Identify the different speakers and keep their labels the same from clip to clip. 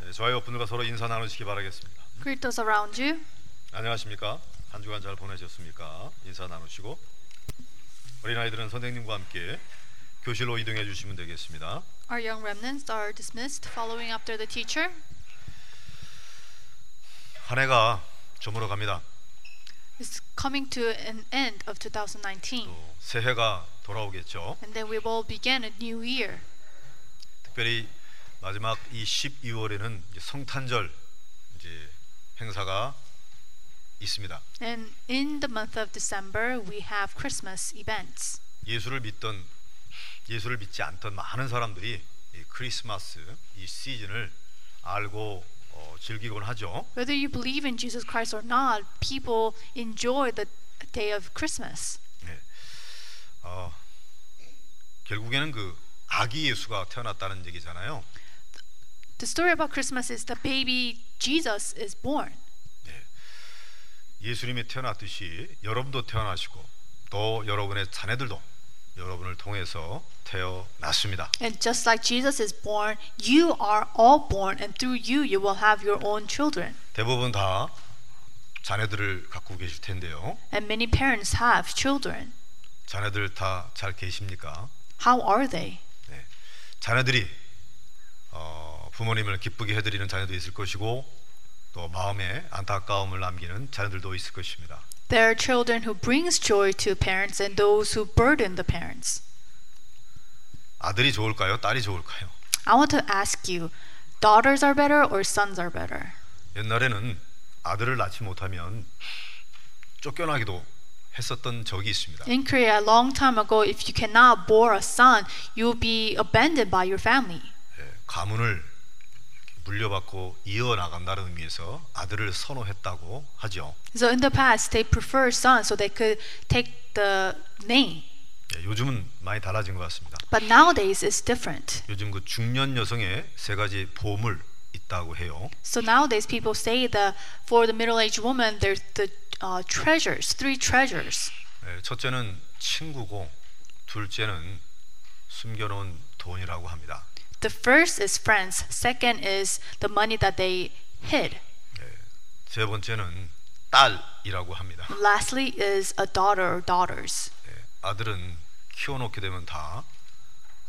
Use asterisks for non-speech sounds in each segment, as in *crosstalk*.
Speaker 1: 네, 저와 여러분과 서로 인사 나누시기 바라겠습니다.
Speaker 2: Greet those around you.
Speaker 1: 안녕하십니까? 한 주간 잘 보내셨습니까? 인사 나누시고 어린 아이들은 선생님과 함께 교실로 이동해 주시면 되겠습니다.
Speaker 2: Our young remnants are dismissed following after the teacher.
Speaker 1: 한 해가 저물어 갑니다.
Speaker 2: It's coming to an end of 2019.
Speaker 1: 또 새해가 돌아오겠죠.
Speaker 2: And then we will begin a new year.
Speaker 1: 특별히 마지막 이 12월에는 성탄절 이제 행사가 있습니다.
Speaker 2: And in the month of December, we have Christmas events.
Speaker 1: 예수를 믿던 예수를 믿지 않던 많은 사람들이 이 크리스마스 이 시즌을 알고 어, 즐기곤 하죠.
Speaker 2: Whether you believe in Jesus Christ or not, people enjoy the day of Christmas.
Speaker 1: 네. 어, 결국에는 그 아기 예수가 태어났다는 얘기잖아요.
Speaker 2: The story about Christmas is the baby Jesus is born.
Speaker 1: 예수님이 태어났듯이 여러분도 태어나시고 또 여러분의 자녀들도 여러분을 통해서 태어났습니다.
Speaker 2: And just like Jesus is born, you are all born, and through you, you will have your own children.
Speaker 1: 대부분 다 자녀들을 갖고 계실 텐데요.
Speaker 2: And many parents have children.
Speaker 1: 자녀들 다 잘 계십니까?
Speaker 2: How are they?
Speaker 1: 네. 자녀들이 어, 부모님을 기쁘게 해드리는 자녀도 있을 것이고 또 마음에 안타까움을 남기는 자녀들도 있을 것입니다.
Speaker 2: There are children who brings joy to parents and those who burden the parents.
Speaker 1: 아들이 좋을까요? 딸이 좋을까요?
Speaker 2: I want to ask you, daughters are better or sons are better?
Speaker 1: 옛날에는 아들을 낳지 못하면 쫓겨나기도 했었던 적이 있습니다.
Speaker 2: In Korea, a long time ago, if you cannot bore a son, you'll be abandoned by your family.
Speaker 1: 예, 가문을 물려받고 이어나간다는 의미에서 아들을 선호했다고 하죠.
Speaker 2: So in the past, they prefer sons so they could take the name.
Speaker 1: 예, 요즘은 많이 달라진 것 같습니다.
Speaker 2: But nowadays, it's different.
Speaker 1: 요즘 그 중년 여성의 세 가지 보물 있다고 해요.
Speaker 2: So nowadays, people say that for the middle-aged woman, there's the uh, treasures, three treasures.
Speaker 1: 예, 첫째는 친구고 둘째는 숨겨놓은 돈이라고 합니다.
Speaker 2: The first is friends. Second is the money that they hid.
Speaker 1: 예, 세 번째는 딸이라고 합니다.
Speaker 2: Lastly is a daughter or daughters.
Speaker 1: 예, 아들은 키워놓게 되면 다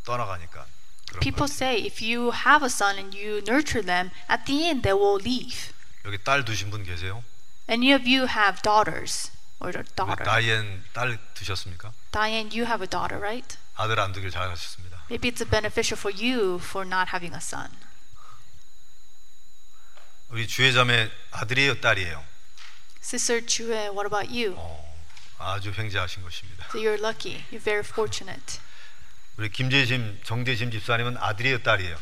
Speaker 1: 떠나가니까 그런 거.
Speaker 2: People say if you have a son and you nurture them, at the end they will leave.
Speaker 1: 여기 딸 두신 분 계세요?
Speaker 2: Any of you have daughters or a
Speaker 1: 우리
Speaker 2: daughter?
Speaker 1: 다이앤 딸 두셨습니까?
Speaker 2: Diane, you have a daughter, right?
Speaker 1: 아들 안 두길 잘하셨습니다.
Speaker 2: Maybe it's beneficial for you for not having a son.
Speaker 1: 우리 주혜자매 아들이에요, 딸이에요.
Speaker 2: Sister Chue, what about you?
Speaker 1: 어, 아주 횡재하신 것입니다.
Speaker 2: So you're lucky. You're very fortunate.
Speaker 1: 우리 김재심, 정재심 집사님은 아들이에요, 딸이에요.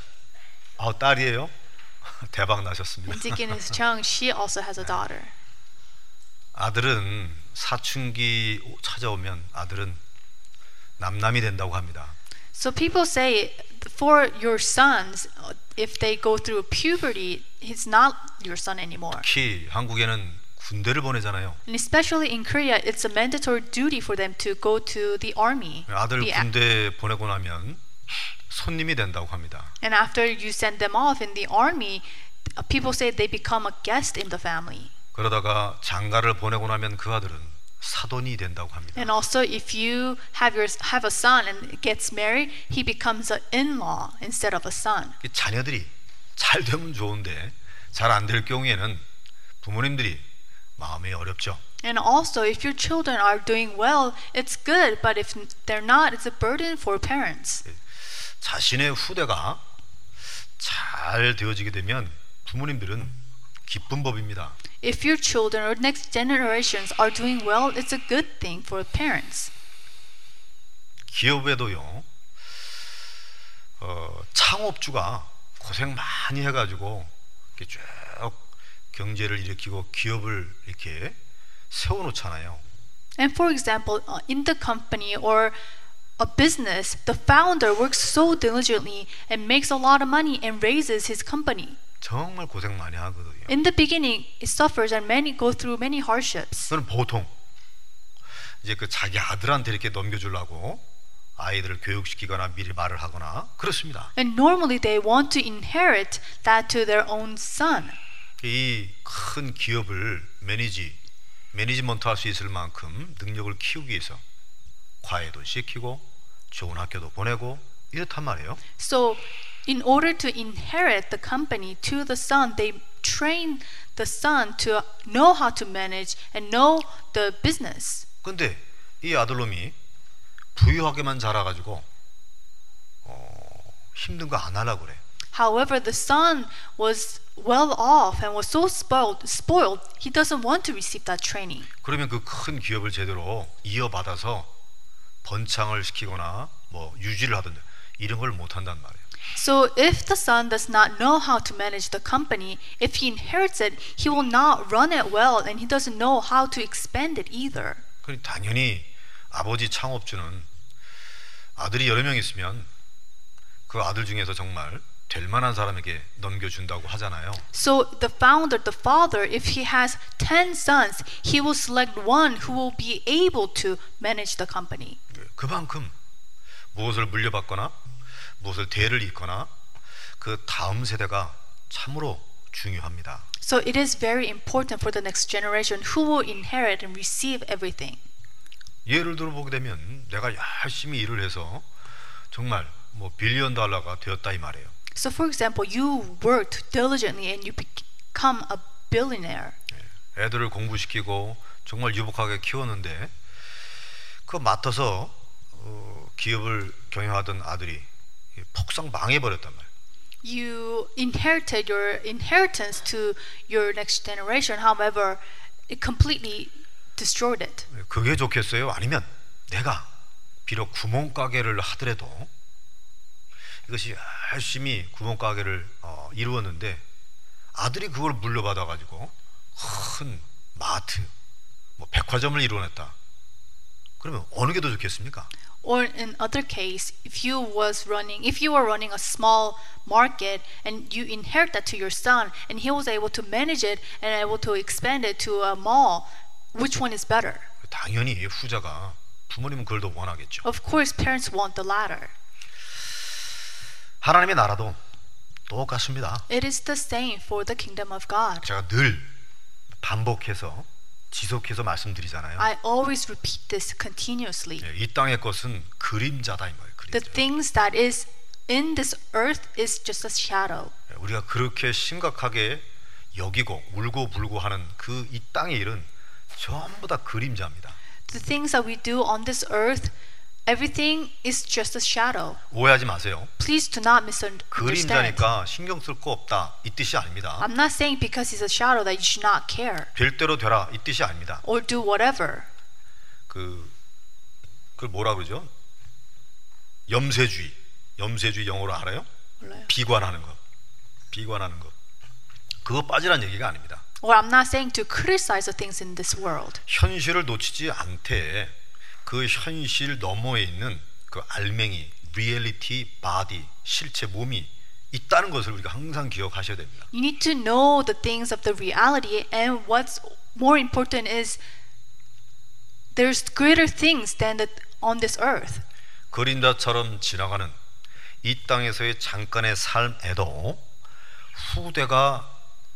Speaker 1: 아, 딸이에요? *laughs* 대박 나셨습니다.
Speaker 2: And Deaconess Chung, she also has a daughter.
Speaker 1: 아들은 사춘기 오- 찾아오면 아들은 남남이 된다고 합니다.
Speaker 2: So people say for your sons, uh, if they go through puberty, he's not your son anymore.
Speaker 1: 특히 한국에는 군대를 보내잖아요.
Speaker 2: And especially in Korea, it's a mandatory duty for them to go to the army.
Speaker 1: 아들
Speaker 2: Be a-
Speaker 1: 군대 보내고 나면 손님이 된다고 합니다.
Speaker 2: and after you send them off in the army, uh, people say they become a guest in the family.
Speaker 1: 그러다가 장가를 보내고 나면 그 아들은 사돈이 된다고 합니다.
Speaker 2: And also, if you have your have a son and gets married, he becomes an in-law instead of a son.
Speaker 1: 이 자녀들이 잘 되면 좋은데 잘 안 될 경우에는 부모님들이 마음이 어렵죠.
Speaker 2: And also, if your children are doing well, it's good. But if they're not, it's a burden for parents.
Speaker 1: 자신의 후대가 잘 되어지게 되면 부모님들은 기쁜 법입니다.
Speaker 2: If your children or next generations are doing well, it's a good thing for parents.
Speaker 1: 기업에도요. 어, 창업주가 고생 많이 해가지고 이렇게 쭉 경제를 일으키고 기업을 이렇게 세워놓잖아요.
Speaker 2: And for example, uh, in the company or a business, the founder works so diligently and makes a lot of money and raises his company.
Speaker 1: 정말 고생 많이 하거든요.
Speaker 2: In the beginning, it suffers and many go through many hardships.
Speaker 1: 저는 보통 이제 그 자기 아들한테 이렇게 넘겨주려고 아이들을 교육시키거나 미리 말을 하거나 그렇습니다.
Speaker 2: And normally they want to inherit that to their own son.
Speaker 1: 이 큰 기업을 매니지 매니지먼트 할 수 있을 만큼 능력을 키우기 위해서 과외도 시키고 좋은 학교도 보내고 이렇단 말이에요.
Speaker 2: So, in order to inherit the company to the son, they train the son to know how to manage and know the business.
Speaker 1: 근데 이 아들놈이 부유하게만 자라가지고 어, 힘든 거 안 하려고 그래.
Speaker 2: However, the son was well off and was so spoiled, spoiled he doesn't want to receive that training.
Speaker 1: 그러면 그 큰 기업을 제대로 이어받아서 번창을 시키거나 뭐 유지를 하던데 이런 걸 못 한단 말이에요.
Speaker 2: So, if the son does not know how to manage the company, if he inherits it, he will not run it well and he doesn't know how to expand it either.
Speaker 1: 그니 당연히 아버지 창업주는 아들이 여러 명 있으면 그 아들 중에서 정말 될 만한 사람에게 넘겨준다고 하잖아요.
Speaker 2: So the founder, the father, if he has 10 sons, he will select one who will be able to manage the company.
Speaker 1: 그만큼 무엇을 물려받거나 무엇을 대를 잇거나 그 다음 세대가 참으로 중요합니다.
Speaker 2: So it is very important for the next generation who will inherit and receive everything.
Speaker 1: 예를 들어 보게 되면 내가 열심히 일을 해서 정말 뭐 빌리언 달러가 되었다 이 말이에요.
Speaker 2: So, for example, you worked diligently and you become a billionaire.
Speaker 1: 애들을 공부시키고 정말 유복하게 키웠는데 그 맡아서 어, 기업을 경영하던 아들이 폭삭 망해버렸단 말이에요.
Speaker 2: You inherited your inheritance to your next generation, however, it completely destroyed it.
Speaker 1: 그게 좋겠어요? 아니면 내가 비록 구멍가게를 하더라도 이것이 열심히 구멍가게를 어, 이루었는데 아들이 그걸 물려받아가지고 큰 마트, 뭐 백화점을 이뤄냈다. 그러면 어느 게 더 좋겠습니까?
Speaker 2: Or in other case, if you was running, if you were running a small market and you inherit that to your son, and he was able to manage it and able to expand it to a mall, which one is better?
Speaker 1: 그 당연히 후자가 부모님은 그걸 더 원하겠죠.
Speaker 2: Of course, parents want the latter.
Speaker 1: 하나님의 나라도 똑같습니다.
Speaker 2: It is the same for the kingdom of God.
Speaker 1: 제가 늘 반복해서 지속해서 말씀드리잖아요.
Speaker 2: I always repeat this continuously.
Speaker 1: 예, 이 땅의 것은 그림자다 이 말이에요.
Speaker 2: The
Speaker 1: 그림자.
Speaker 2: things that is in this earth is just a shadow.
Speaker 1: 예, 우리가 그렇게 심각하게 여기고 울고 불고 하는 그 이 땅의 일은 전부 다 그림자입니다.
Speaker 2: The things that we do on this earth, everything is just a shadow.
Speaker 1: 오해하지 마세요.
Speaker 2: Please do not misunderstand.
Speaker 1: 그림자니까 신경 쓸 거 없다 이 뜻이 아닙니다.
Speaker 2: I'm not saying because he's a shadow that you should not care
Speaker 1: 될 대로 되라 이 뜻이 아닙니다.
Speaker 2: or do whatever.
Speaker 1: 그 그걸 뭐라 그러죠? 염세주의. 염세주의 영어로 알아요?
Speaker 2: 몰라요.
Speaker 1: 비관하는 것, 비관하는 것. 그거 빠지란 얘기가 아닙니다.
Speaker 2: Or I'm not saying to criticize the things in this world.
Speaker 1: 현실을 놓치지 않되 그 현실 너머에 있는 그 알맹이, 리얼리티, 바디, 실체 몸이 있다는 것을 우리가 항상 기억하셔야 됩니다.
Speaker 2: You need to know the things of the reality, and what's more important is there's greater things than the, on this earth.
Speaker 1: 그린다처럼 지나가는 이 땅에서의 잠깐의 삶에도 후대가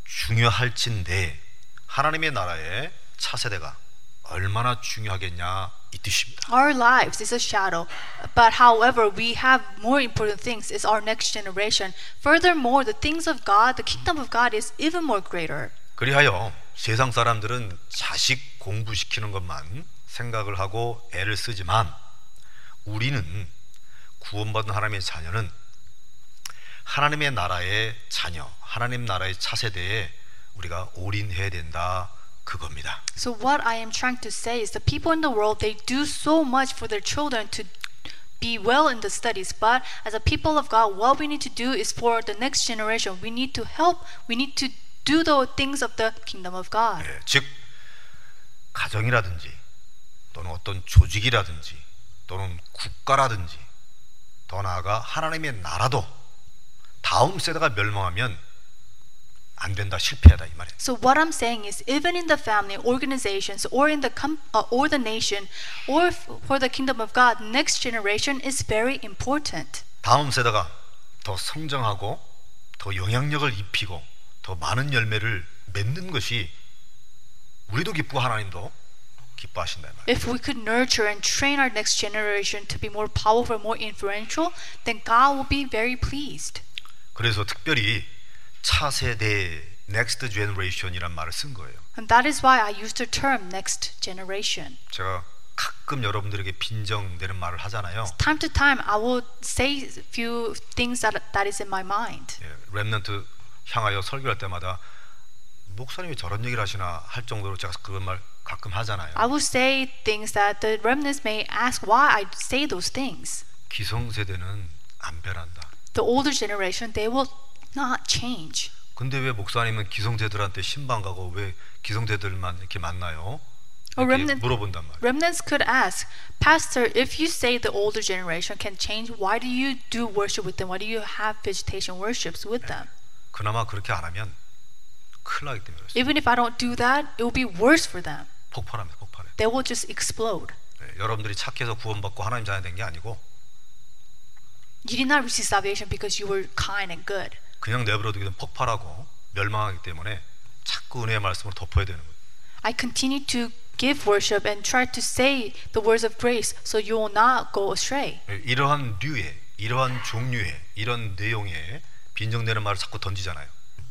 Speaker 1: 중요할진데 하나님의 나라의 차세대가 얼마나 중요하겠냐 이 뜻입니다.
Speaker 2: Our lives is a shadow, but however, we have more important things is our next generation. Furthermore, the things of God, the kingdom of God is even more greater.
Speaker 1: 그리하여 세상 사람들은 자식 공부시키는 것만 생각을 하고 애를 쓰지만 우리는 구원받은 하나님의 자녀는 하나님의 나라의 자녀, 하나님 나라의 차세대에 우리가 올인해야 된다 그겁니다.
Speaker 2: So what I am trying to say is the people in the world they do so much for their children to be well in the studies, but as a people of God, what we need to do is for the next generation. We need to help. We need to do the things of the kingdom of God.
Speaker 1: 예, 즉 가정이라든지 또는 어떤 조직이라든지 또는 국가라든지 더 나아가 하나님의 나라도 다음 세대가 멸망하면 안 된다, 실패하다 이 말이에요.
Speaker 2: So what I'm saying is, even in the family, organizations, or in the com- uh, or the nation, or f- for the kingdom of God, next generation is very important.
Speaker 1: 다음 세대가 더 성장하고 더 영향력을 입히고 더 많은 열매를 맺는 것이 우리도 기쁘고 하나님도 기뻐하신다 이 말이에요.
Speaker 2: If we could nurture and train our next generation to be more powerful, more influential, then God will be very pleased.
Speaker 1: 그래서 특별히 차세대 넥스트 제너레이션이란 말을 쓴 거예요.
Speaker 2: And that is why I use the term next generation.
Speaker 1: 제가 가끔 여러분들에게 빈정되는 말을 하잖아요.
Speaker 2: Time to time, I will say a few things that, that is in my mind.
Speaker 1: 예, 랩런트 향하여 설교할 때마다 목사님이 저런 얘기를 하시나 할 정도로 제가 그런 말 가끔 하잖아요.
Speaker 2: I will say things that the remnants may ask why I say those things.
Speaker 1: 기성세대는 안 변한다.
Speaker 2: The older generation, they will not change.
Speaker 1: 근데 왜 목사님은 기성세들한테 신방 가고 왜 기성세들만 이렇게 만나요?
Speaker 2: 어,
Speaker 1: 이렇게
Speaker 2: remnant-
Speaker 1: 물어본단 말이에요.
Speaker 2: Remnants could ask, Pastor, if you say the older generation can change, why do you do worship with them? Why do you have visitation worships with them?
Speaker 1: 그나마 그렇게 안 하면 큰일 나기 때문에 그렇습니다.
Speaker 2: Even if I don't do that, it will be worse for them.
Speaker 1: 폭발합니다. 폭발해.
Speaker 2: They will just explode.
Speaker 1: 예, 여러분들이 착해서 구원받고 하나님 자녀 된 게 아니고
Speaker 2: You did not receive salvation because you were kind and good.
Speaker 1: 그냥 내버려두기는 폭발하고 멸망하기 때문에 자꾸 은혜의 말씀을 덮어야 되는 거예요.
Speaker 2: I continue to give worship and try to say the words of grace so you will not go astray.
Speaker 1: 예, 이러한 류의, 이러한 종류의, 이런 내용의 빈정되는 말을 자꾸 던지잖아요.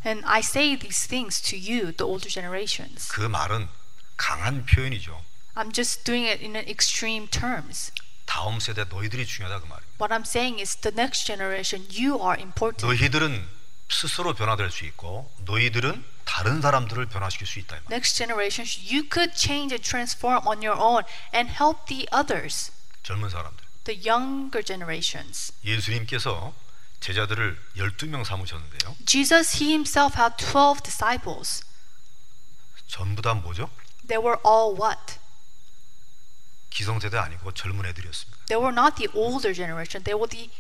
Speaker 2: And I say these things to you, the older generations.
Speaker 1: 그 말은 강한 표현이죠.
Speaker 2: I'm just doing it in an extreme terms.
Speaker 1: 다음 세대 너희들이 중요하다 그 말입니다.
Speaker 2: What I'm saying is the next generation, you are important.
Speaker 1: 너희들은 스스로 변화될 수 있고 너희들은 다른 사람들을 변화시킬 수 있다. 이 말.
Speaker 2: Next generation, you could change and transform on your own and help the others,
Speaker 1: 젊은 사람들.
Speaker 2: the younger generations.
Speaker 1: 예수님께서 제자들을 12명 삼으셨는데요.
Speaker 2: Jesus, he himself had 12 disciples.
Speaker 1: 전부 다 뭐죠?
Speaker 2: They were all what?
Speaker 1: 기성세대 아니고 젊은 애들이었습니다.
Speaker 2: They were not the older generation, they were the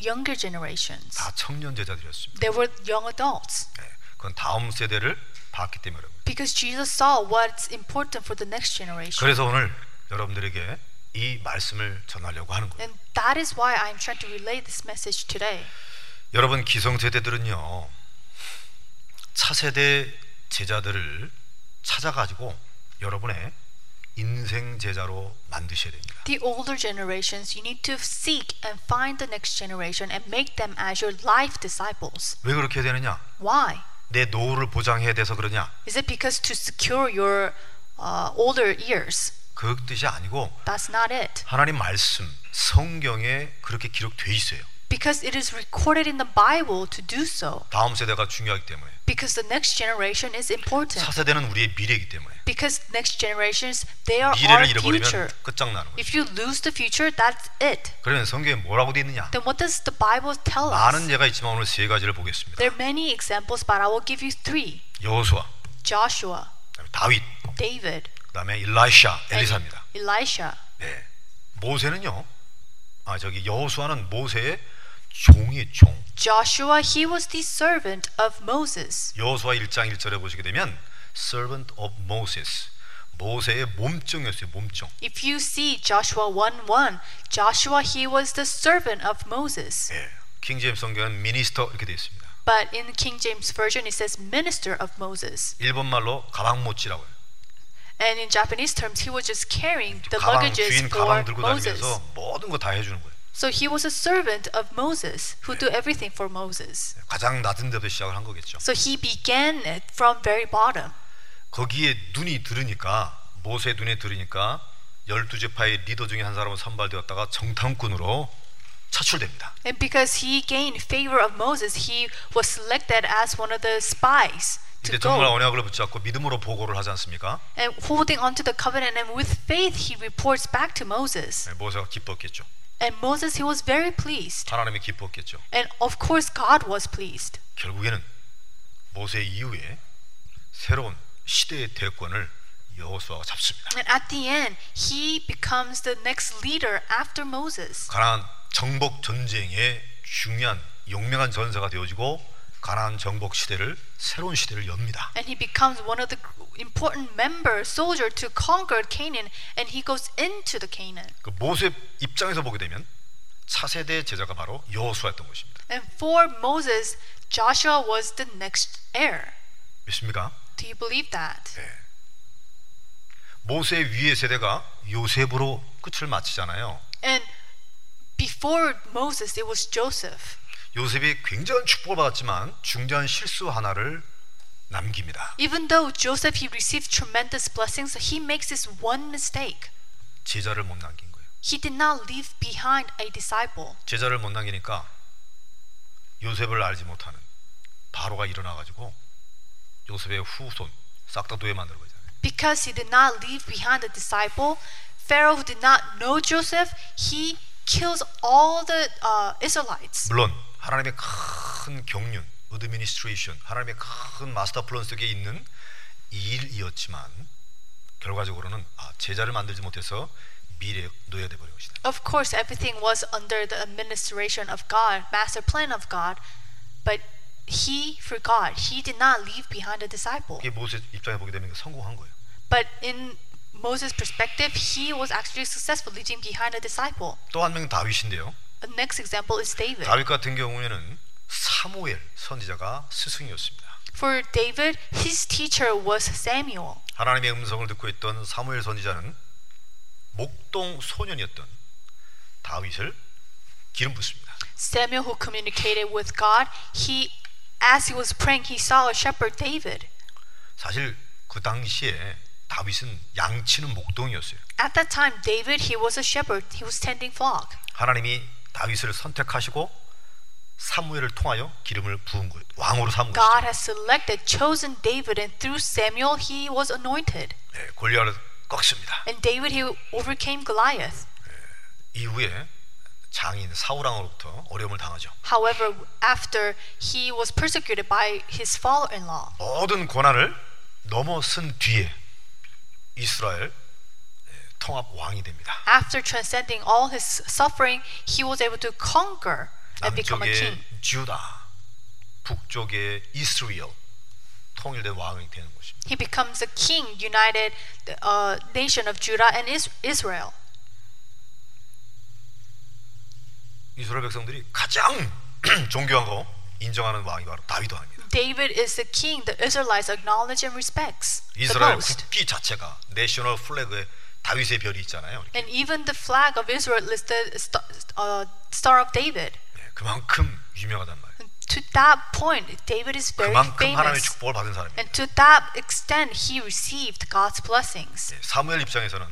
Speaker 2: younger generations.
Speaker 1: 다 청년 제자들이었습니다.
Speaker 2: They were young adults
Speaker 1: 예, 그건 다음 세대를 봤기 때문에 그런 거예요.
Speaker 2: because Jesus saw what's important for the next generation.
Speaker 1: 그래서 오늘 여러분들에게 이 말씀을 전하려고 하는 거예요.
Speaker 2: And that is why I'm trying to relay this message today.
Speaker 1: 여러분 기성세대들은요 차세대 제자들을 찾아가지고 여러분의 인생 제자로 만드셔야 됩니다.
Speaker 2: The older generations, you need to seek and find the next generation and make them as your life disciples.
Speaker 1: 왜 그렇게 되느냐?
Speaker 2: Why?
Speaker 1: 내 노후를 보장해야 돼서 그러냐?
Speaker 2: Is it because to secure your uh, older years?
Speaker 1: 그 뜻이 아니고
Speaker 2: That's not it.
Speaker 1: 하나님 말씀 성경에 그렇게 기록돼 있어요.
Speaker 2: Because it is recorded in the Bible to do so.
Speaker 1: 다음 세대가 중요하기 때문에
Speaker 2: Because the next generation is important.
Speaker 1: 차세대는 우리의 미래이기 때문에
Speaker 2: Because next generations, they are our
Speaker 1: 미래를
Speaker 2: future.
Speaker 1: 잃어버리면 끝장나는 거예요.
Speaker 2: If you lose the future, that's it.
Speaker 1: 그러면 성경에 뭐라고 돼 있느냐?
Speaker 2: Then what does the Bible tell
Speaker 1: 많은
Speaker 2: us?
Speaker 1: 예가 있지만 오늘 세 가지를 보겠습니다.
Speaker 2: There are many examples, but I will give you three
Speaker 1: 여호수아,
Speaker 2: Joshua,
Speaker 1: 그다음에 다윗,
Speaker 2: David,
Speaker 1: 그다음에 일라이샤,
Speaker 2: and
Speaker 1: 엘리사입니다.
Speaker 2: Elisha.
Speaker 1: 네. 모세는요. 아 저기 여호수아는 모세의 종이 종.
Speaker 2: Joshua, he was the servant of Moses.
Speaker 1: 여호수아 1장 1절에 보시게 되면 servant of Moses. 모세의 몸종이었어요. 몸종.
Speaker 2: If you see Joshua 1 1, Joshua, he was the servant of Moses.
Speaker 1: 예. 킹제임스 성경은 미니스터 이렇게 되어 있습니다.
Speaker 2: But in King James Version, it says minister of Moses.
Speaker 1: 일본 말로 가방모찌라고 해요.
Speaker 2: And in Japanese terms, he was just carrying the
Speaker 1: 가방
Speaker 2: luggages
Speaker 1: 주인 가방
Speaker 2: for
Speaker 1: 들고
Speaker 2: Moses.
Speaker 1: 다니면서 모든 거 다 해주는 거예요.
Speaker 2: So he was a servant of Moses who do everything for Moses.
Speaker 1: 가장 낮은 데서 시작을 한 거겠죠.
Speaker 2: So he began it from very bottom.
Speaker 1: 거기에 눈이 들으니까 모세 눈에 들으니까 열두 지파의 리더 중에 한 사람은 선발되었다가 정탐꾼으로 차출됩니다.
Speaker 2: And because he gained favor of Moses, he was selected as one of the spies to
Speaker 1: 이제 정말
Speaker 2: go.
Speaker 1: 언약을 붙잡고 믿음으로 보고를 하지 않습니까?
Speaker 2: And holding on to the covenant and with faith he reports back to Moses.
Speaker 1: 네, 모세가 기뻤겠죠.
Speaker 2: And Moses he was very pleased.
Speaker 1: 하나님이 기뻤겠죠.
Speaker 2: And of course God was pleased.
Speaker 1: 결국에는 모세 이후에 새로운 시대의 대권을 여호수아가 잡습니다.
Speaker 2: And at the end he becomes the next leader after Moses.
Speaker 1: 가나안 정복 전쟁의 중요한 용맹한 전사가 되어지고 가나안 정복 시대를 새로운 시대를 엽니다.
Speaker 2: and he becomes one of the important member soldier to conquer Canaan and he goes into the Canaan.
Speaker 1: 그 모세 입장에서 보게 되면 차세대 제자가 바로 여호수아였던 것입니다.
Speaker 2: And for Moses, Joshua was the next heir.
Speaker 1: 믿습니까?
Speaker 2: Do you believe that?
Speaker 1: 예. 모세 위의 세대가 요셉으로 끝을 마치잖아요.
Speaker 2: And before Moses, it was Joseph.
Speaker 1: 요셉이 굉장한 축복을 받았지만 중대한 실수 하나를 남깁니다.
Speaker 2: Even though Joseph he received tremendous blessings, he makes this one mistake.
Speaker 1: 제자를 못 남긴 거예요.
Speaker 2: He did not leave behind a disciple.
Speaker 1: 제자를 못 남기니까 요셉을 알지 못하는 바로가 일어나가지고 요셉의 후손 싹 다 노예 만들어 버리잖아요.
Speaker 2: Because he did not leave behind a disciple, Pharaoh who did not know Joseph, he kills all the uh, Israelites.
Speaker 1: 물론 하나님의 큰 경륜, 어드미니스트레이션, 하나님의 큰 마스터 플랜 속에 있는 이 일이었지만 결과적으로는 아, 제자를 만들지 못해서 미래 노예가 되버린 것이다.
Speaker 2: Of course, everything was under the administration of God, master plan of God, but he forgot. He did not leave behind a disciple.
Speaker 1: 이게 모세 입장에 보게 되면 성공한 거예요.
Speaker 2: But in Moses' perspective, he was actually successful leaving behind a disciple.
Speaker 1: 또 한 명 다윗인데요.
Speaker 2: The next example is David.
Speaker 1: 다윗 같은 경우에는 사무엘 선지자가 스승이었습니다.
Speaker 2: For David, his teacher was Samuel.
Speaker 1: 하나님의 음성을 듣고 있던 사무엘 선지자는 목동 소년이었던 다윗을 기름 붓습니다.
Speaker 2: Samuel, who communicated with God, he, as he was praying, he saw a shepherd, David.
Speaker 1: 사실 그 당시에 다윗은 양치는 목동이었어요.
Speaker 2: At that time, David, he was a shepherd. He was tending flock.
Speaker 1: 하나님이 다윗을 선택하시고 사무엘을 통하여 기름을 부은 거예요. 왕으로 삼은 거죠.
Speaker 2: God has selected, chosen David, and through Samuel, he was anointed.
Speaker 1: 네, 골리앗을 꺾습니다.
Speaker 2: And David, he overcame Goliath.
Speaker 1: 이후에 장인 사우랑으로부터 어려움을 당하죠.
Speaker 2: However, after he was persecuted by his father in law,
Speaker 1: 모든 고난을 넘어선 뒤에 이스라엘 예, 통합 왕이 됩니다.
Speaker 2: after transcending all his suffering, he was able to conquer and become a king.
Speaker 1: 남쪽의 주다, 북쪽의 이스라엘 통일된 왕이 되는 것입니다.
Speaker 2: He becomes a king, united the uh, nation of Judah and Is- Israel.
Speaker 1: 이스라엘 백성들이 가장 *clears throat* 존경하고 인정하는 왕이 바로 다윗 왕입니다.
Speaker 2: David is the king the Israelites acknowledge and respects the
Speaker 1: 이스라엘
Speaker 2: most.
Speaker 1: 국기 자체가 내셔널 플래그에 다윗의 별이 있잖아요. 이렇게.
Speaker 2: And even the flag of Israel is the st- uh, Star of David.
Speaker 1: 네, 그만큼 유명하단 말이에요.
Speaker 2: To that point, David is very
Speaker 1: 그만큼 하나님의
Speaker 2: famous.
Speaker 1: 축복을 받은 사람입니다.
Speaker 2: And to that extent, he received God's blessings.
Speaker 1: 네, 사무엘 입장에서는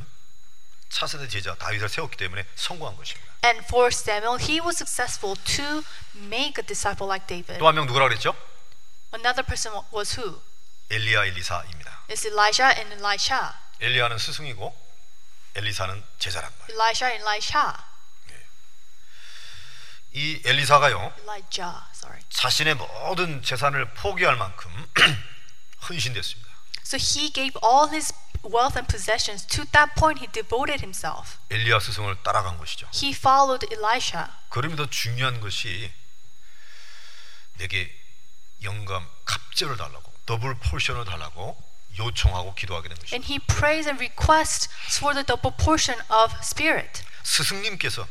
Speaker 1: 차세대 제자 다윗을 세웠기 때문에 성공한 것입니다.
Speaker 2: And for Samuel, he was successful to make a disciple like David.
Speaker 1: 또 한 명 누구라 그랬죠?
Speaker 2: Another person wa- was who?
Speaker 1: 엘리야 엘리사입니다.
Speaker 2: It's Elijah and Elisha.
Speaker 1: 엘리야는 스승이고 엘리사는 제자란 말이에요.
Speaker 2: Elijah and Elisha.
Speaker 1: 이 엘리사가요
Speaker 2: Elijah, sorry.
Speaker 1: 자신의 모든 재산을 포기할 만큼 *clears throat* 헌신됐습니다.
Speaker 2: So he gave all his wealth and possessions. To that point, he devoted himself.
Speaker 1: 엘리야 스승을 따라간 것이죠.
Speaker 2: He followed Elisha.
Speaker 1: 그러면 더 중요한 것이 내게 영감 갑절을 달라고 더블 포션을 달라고 요청하고 기도하게 된 것이죠.
Speaker 2: And he prays and requests for the double portion of spirit.
Speaker 1: 스승님께서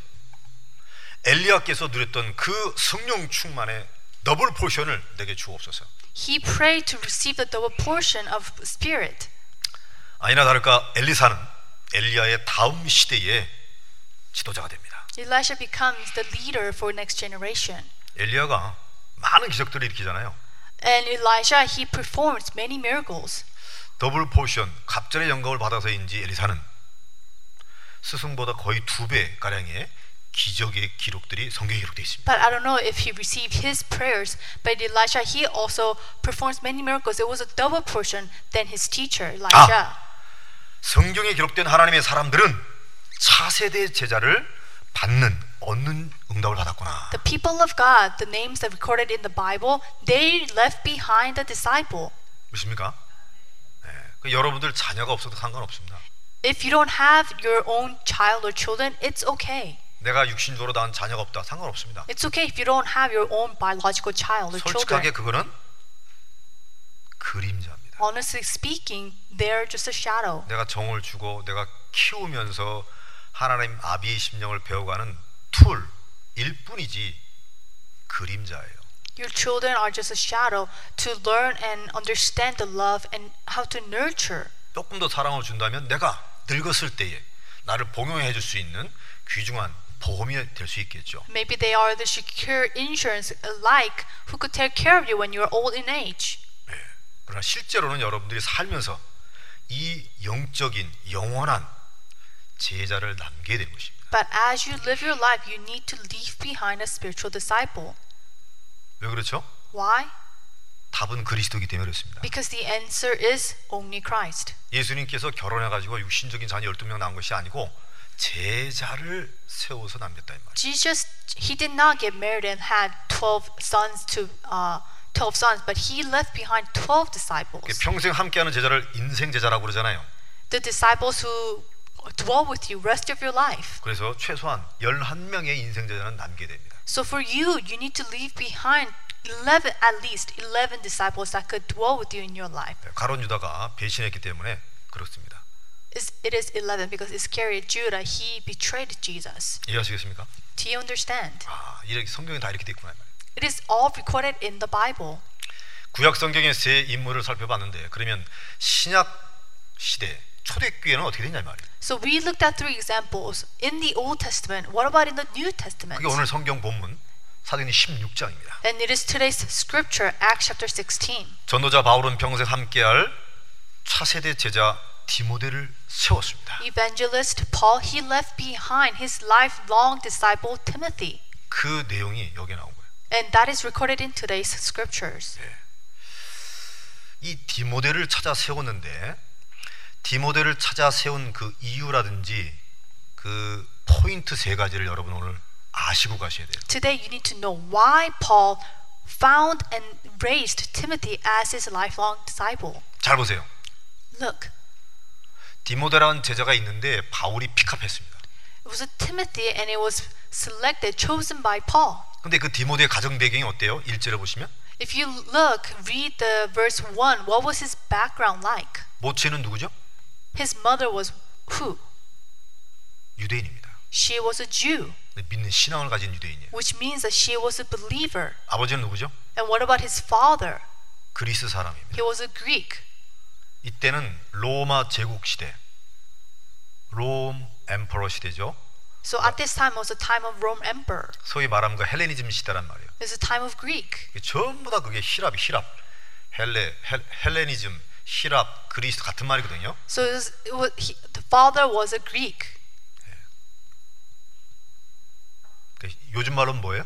Speaker 1: 엘리야께서 누렸던 그 성령 충만의 더블 포션을 내게 주옵소서.
Speaker 2: He prayed to receive the double portion of spirit.
Speaker 1: 아니나 다를까 엘리사는 엘리야의 다음 시대의 지도자가 됩니다.
Speaker 2: Elisha becomes the leader for next generation.
Speaker 1: 엘리야가 많은 기적들을 일으키잖아요.
Speaker 2: And Elisha, he performs many miracles.
Speaker 1: 더블 포션 갑절의 영감을 받아서인지 엘리사는 스승보다 거의 두 배 가량의 기적의 기록들이 성경에 기록되어 있습니다.
Speaker 2: But I don't know if he received his prayers. But Elisha, he also performs many miracles. It was a double portion than his teacher, Elijah.
Speaker 1: 성경에 기록된 하나님의 사람들은 차세대 제자를 받는 얻는 응답을 받았구나.
Speaker 2: The people of God, the names that recorded in the Bible, they left behind a disciple.
Speaker 1: 믿습니까? 네. 그 여러분들 자녀가 없어도 상관없습니다.
Speaker 2: If you don't have your own child or children, it's okay.
Speaker 1: 내가 육신적으로 낳은 자녀가 없다. 상관없습니다.
Speaker 2: It's okay if you don't have your own biological child or
Speaker 1: 솔직하게
Speaker 2: children.
Speaker 1: 그거는 그림자입니다.
Speaker 2: Honestly speaking, they're just a shadow.
Speaker 1: 내가 정을 주고 내가 키우면서 하나님 아비의 심령을 배워가는 툴일 뿐이지 그림자예요.
Speaker 2: Your children are just a shadow to learn and understand the love and how to nurture.
Speaker 1: 조금 더 사랑을 준다면 내가 늙었을 때에 나를 봉용해 줄 수 있는 귀중한 보험이 될 수 있겠죠.
Speaker 2: Maybe they are the secure insurance alike who could take care of you when you're old in age.
Speaker 1: 예. 그러나 실제로는 여러분들이 살면서 이 영적인 영원한 제자를 남게 된 것입니다.
Speaker 2: But as you live your life, you need to leave behind a spiritual disciple.
Speaker 1: 왜 그렇죠?
Speaker 2: Why?
Speaker 1: 답은 그리스도이기 때문에 그렇습니다.
Speaker 2: Because the answer is only Christ.
Speaker 1: 예수님께서 결혼해 가지고 육신적인 자녀 12명 낳은 것이 아니고 제자를 세워서 남겼다 이 말이에요.
Speaker 2: Jesus, he did not get married and had 12 sons to uh, 12 sons, but he left behind 12
Speaker 1: 이게
Speaker 2: disciples.
Speaker 1: 평생 함께하는 제자를 인생 제자라고 그러잖아요.
Speaker 2: The disciples who dwell with you rest of your life.
Speaker 1: 그래서 최소한 11명의 인생 제자는 남게 됩니다.
Speaker 2: So for you, you need to leave behind 11 at least 11 disciples that could dwell with you in your life.
Speaker 1: 네, 가론 유다가 배신했기 때문에 그렇습니다.
Speaker 2: It's, it is 11 because Iscariot Judah, he betrayed Jesus.
Speaker 1: 이해하시겠습니까?
Speaker 2: Do you understand?
Speaker 1: 아, 이렇게 성경에 다 이렇게 돼 있구나 이 말이에요.
Speaker 2: It is all recorded in the Bible.
Speaker 1: 구약 성경의 세 인물을 살펴봤는데 그러면 신약 시대 초대교회는 어떻게 됐냐 이 말이에요.
Speaker 2: So we looked at three examples in the Old Testament. What about in the New Testament?
Speaker 1: 그게 오늘 성경 본문 사도행전 16장입니다.
Speaker 2: And it is today's scripture, Acts chapter 16.
Speaker 1: 전도자 바울은 평생 함께할 차세대 제자 디모데를 세웠습니다.
Speaker 2: Evangelist Paul, he left behind his lifelong disciple Timothy.
Speaker 1: 그 내용이 여기에 나온 거예요.
Speaker 2: And that is recorded in today's scriptures.
Speaker 1: 이 디모데를 찾아 세웠는데 디모데를 찾아 세운 그 이유라든지 그 포인트 세 가지를 여러분 오늘 아시고 가셔야 돼요.
Speaker 2: Today you need to know why Paul found and raised Timothy as his lifelong disciple.
Speaker 1: 잘 보세요.
Speaker 2: Look,
Speaker 1: 디모데라는 제자가 있는데 바울이 픽업했습니다.
Speaker 2: it was a Timothy and it was selected, chosen by Paul.
Speaker 1: 근데 그 디모데의 가정 배경이 어때요? 일절을 보시면
Speaker 2: If you look, read the verse 1, what was his background like?
Speaker 1: 모체는 누구죠?
Speaker 2: His mother was who?
Speaker 1: 유대인입니다.
Speaker 2: She was a Jew,
Speaker 1: 근데 믿는 신앙을 가진 유대인이에요.
Speaker 2: which means that she was a believer.
Speaker 1: 아버지는 누구죠?
Speaker 2: And what about his father?
Speaker 1: 그리스 사람입니다.
Speaker 2: He was a Greek.
Speaker 1: 이때는 로마 제국 시대, 롬 엠퍼러 시대죠.
Speaker 2: So at this time it was a time of Rome Emperor.
Speaker 1: 소위 말하면 그 헬레니즘 시대란 말이에요.
Speaker 2: It's a time of Greek.
Speaker 1: 이게 전부 다 그게 히랍이 히랍, 헬레, 헬, 헬레니즘, 히랍, 그리스 같은 말이거든요.
Speaker 2: So it was, it was, he, the father was a Greek.
Speaker 1: 그러니까 요즘 말로는 뭐예요?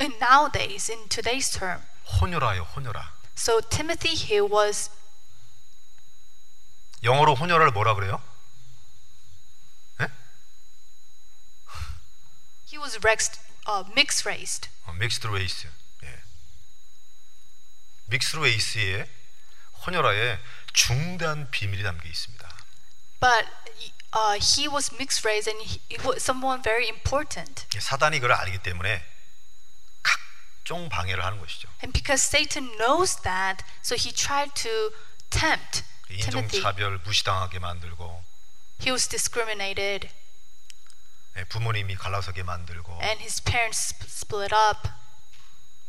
Speaker 2: And nowadays, in today's term,
Speaker 1: 혼혈아예요, 혼혈아.
Speaker 2: so Timothy he was
Speaker 1: 영어로 혼혈아를 뭐라 그래요? 예?
Speaker 2: he was rex, uh, mixed raced.
Speaker 1: 어, 믹스드 레이스. 예. 믹스드 레이스의 혼혈아에 중대한 비밀이 담겨 있습니다.
Speaker 2: But uh, he was mixed race and he, he was someone very important.
Speaker 1: 예, 사단이 그걸 알기 때문에 각종 방해를 하는 것이죠.
Speaker 2: And because Satan knows that, so he tried to tempt Timothy.
Speaker 1: 인종차별 무시당하게 만들고
Speaker 2: He was discriminated
Speaker 1: 예, 부모님이 갈라서게 만들고
Speaker 2: and his parents sp- split up.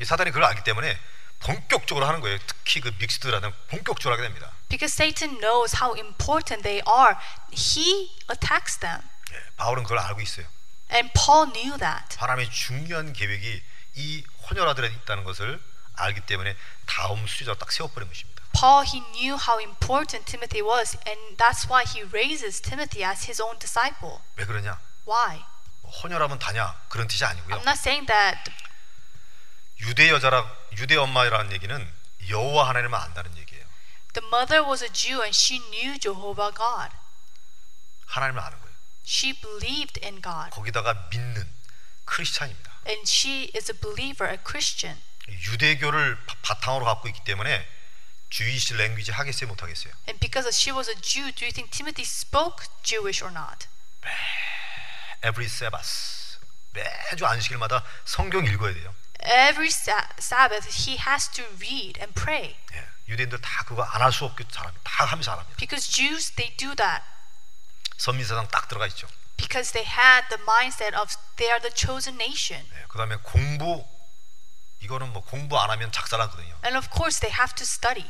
Speaker 1: 이 사단이 그걸 알기 때문에 본격적으로 하는 거예요. 특히 그 믹스드라는 본격적으로 하게 됩니다.
Speaker 2: Because Satan knows how important they are, he attacks them.
Speaker 1: 예, 바울은 그걸 알고 있어요.
Speaker 2: And Paul knew that.
Speaker 1: 바람의 중요한 계획이 이 혼혈아들에 있다는 것을 알기 때문에 다음 수제자 딱 세워버린 것입니다.
Speaker 2: Paul, he knew how important Timothy was, and that's why he raises Timothy as his own disciple.
Speaker 1: 왜 그러냐?
Speaker 2: Why?
Speaker 1: 뭐 혼혈하면 다냐 그런 뜻이 아니고요.
Speaker 2: I'm not saying that
Speaker 1: 유대 여자라 유대 엄마라는 얘기는 여호와 하나님을 안다는 얘기예요.
Speaker 2: the mother was a Jew and she knew Jehovah God.
Speaker 1: 하나님을 아는 거예요.
Speaker 2: She believed in God,
Speaker 1: 거기다가 믿는 크리스찬입니다.
Speaker 2: and she is a believer, a Christian.
Speaker 1: 유대교를 바- 바탕으로 갖고 있기 때문에 주이시 랭귀지 하겠어요 못 하겠어요.
Speaker 2: And because she was a Jew, do you think Timothy spoke Jewish or not?
Speaker 1: every Sabbath 매주 안식일마다 성경 읽어야 돼요.
Speaker 2: Every sa- Sabbath, he has to read and pray
Speaker 1: 예, 유대인들 다 그거 안 할 수 없게 사람이 다 하면서 안 합니다.
Speaker 2: because Jews, they do that
Speaker 1: 선민 사상 딱 들어가 있죠.
Speaker 2: because they had the mindset of they are the chosen nation.
Speaker 1: 예, 그다음에 공부 이거는 뭐 공부 안 하면 작살나거든요.
Speaker 2: And of course, they have to study.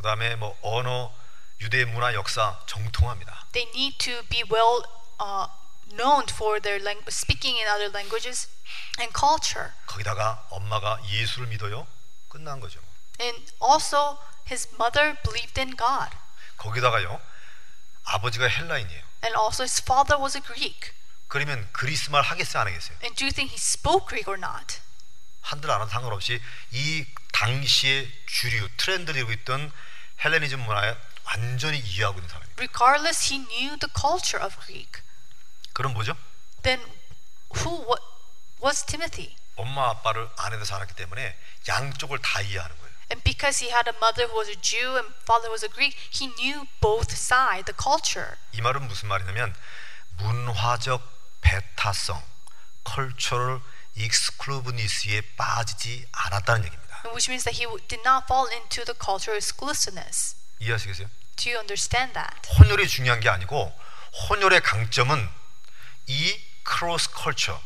Speaker 1: 그다음에 뭐 언어 유대 문화 역사 정통합니다.
Speaker 2: They need to be well uh, known for their lang- speaking in other languages and culture.
Speaker 1: 거기다가 엄마가 예수를 믿어요. 끝난 거죠.
Speaker 2: And also, his mother believed in God.
Speaker 1: 거기다가요 아버지가 헬라인이에요.
Speaker 2: And also, his father was a Greek.
Speaker 1: 그러면 그리스 말 하겠어요 안 하겠어요?
Speaker 2: And do you think he spoke Greek or not?
Speaker 1: 한들 안 하는 상관없이 이 당시의 주류 트렌드를 이루고 있던 헬레니즘 문화에 완전히 이해하고 있는 사람이에요.
Speaker 2: Regardless, he knew the culture of Greek.
Speaker 1: 그럼 뭐죠?
Speaker 2: Then, who wa- was Timothy?
Speaker 1: 엄마 아빠를 안에서 살았기 때문에 양쪽을 다 이해하는 거예요.
Speaker 2: And because he had a mother who was a Jew and father who was a Greek, he knew both sides, the culture.
Speaker 1: 이 말은 무슨 말이냐면 문화적 배타성, 컬처럴 익스클루브니스에 빠지지 않았다는 얘기입니다.
Speaker 2: which means that he w- did not fall into the cultural exclusiveness.
Speaker 1: 이해하시겠어요?
Speaker 2: Do you understand that?
Speaker 1: 혼혈이 중요한 게 아니고 혼혈의 강점은 이 크로스 컬처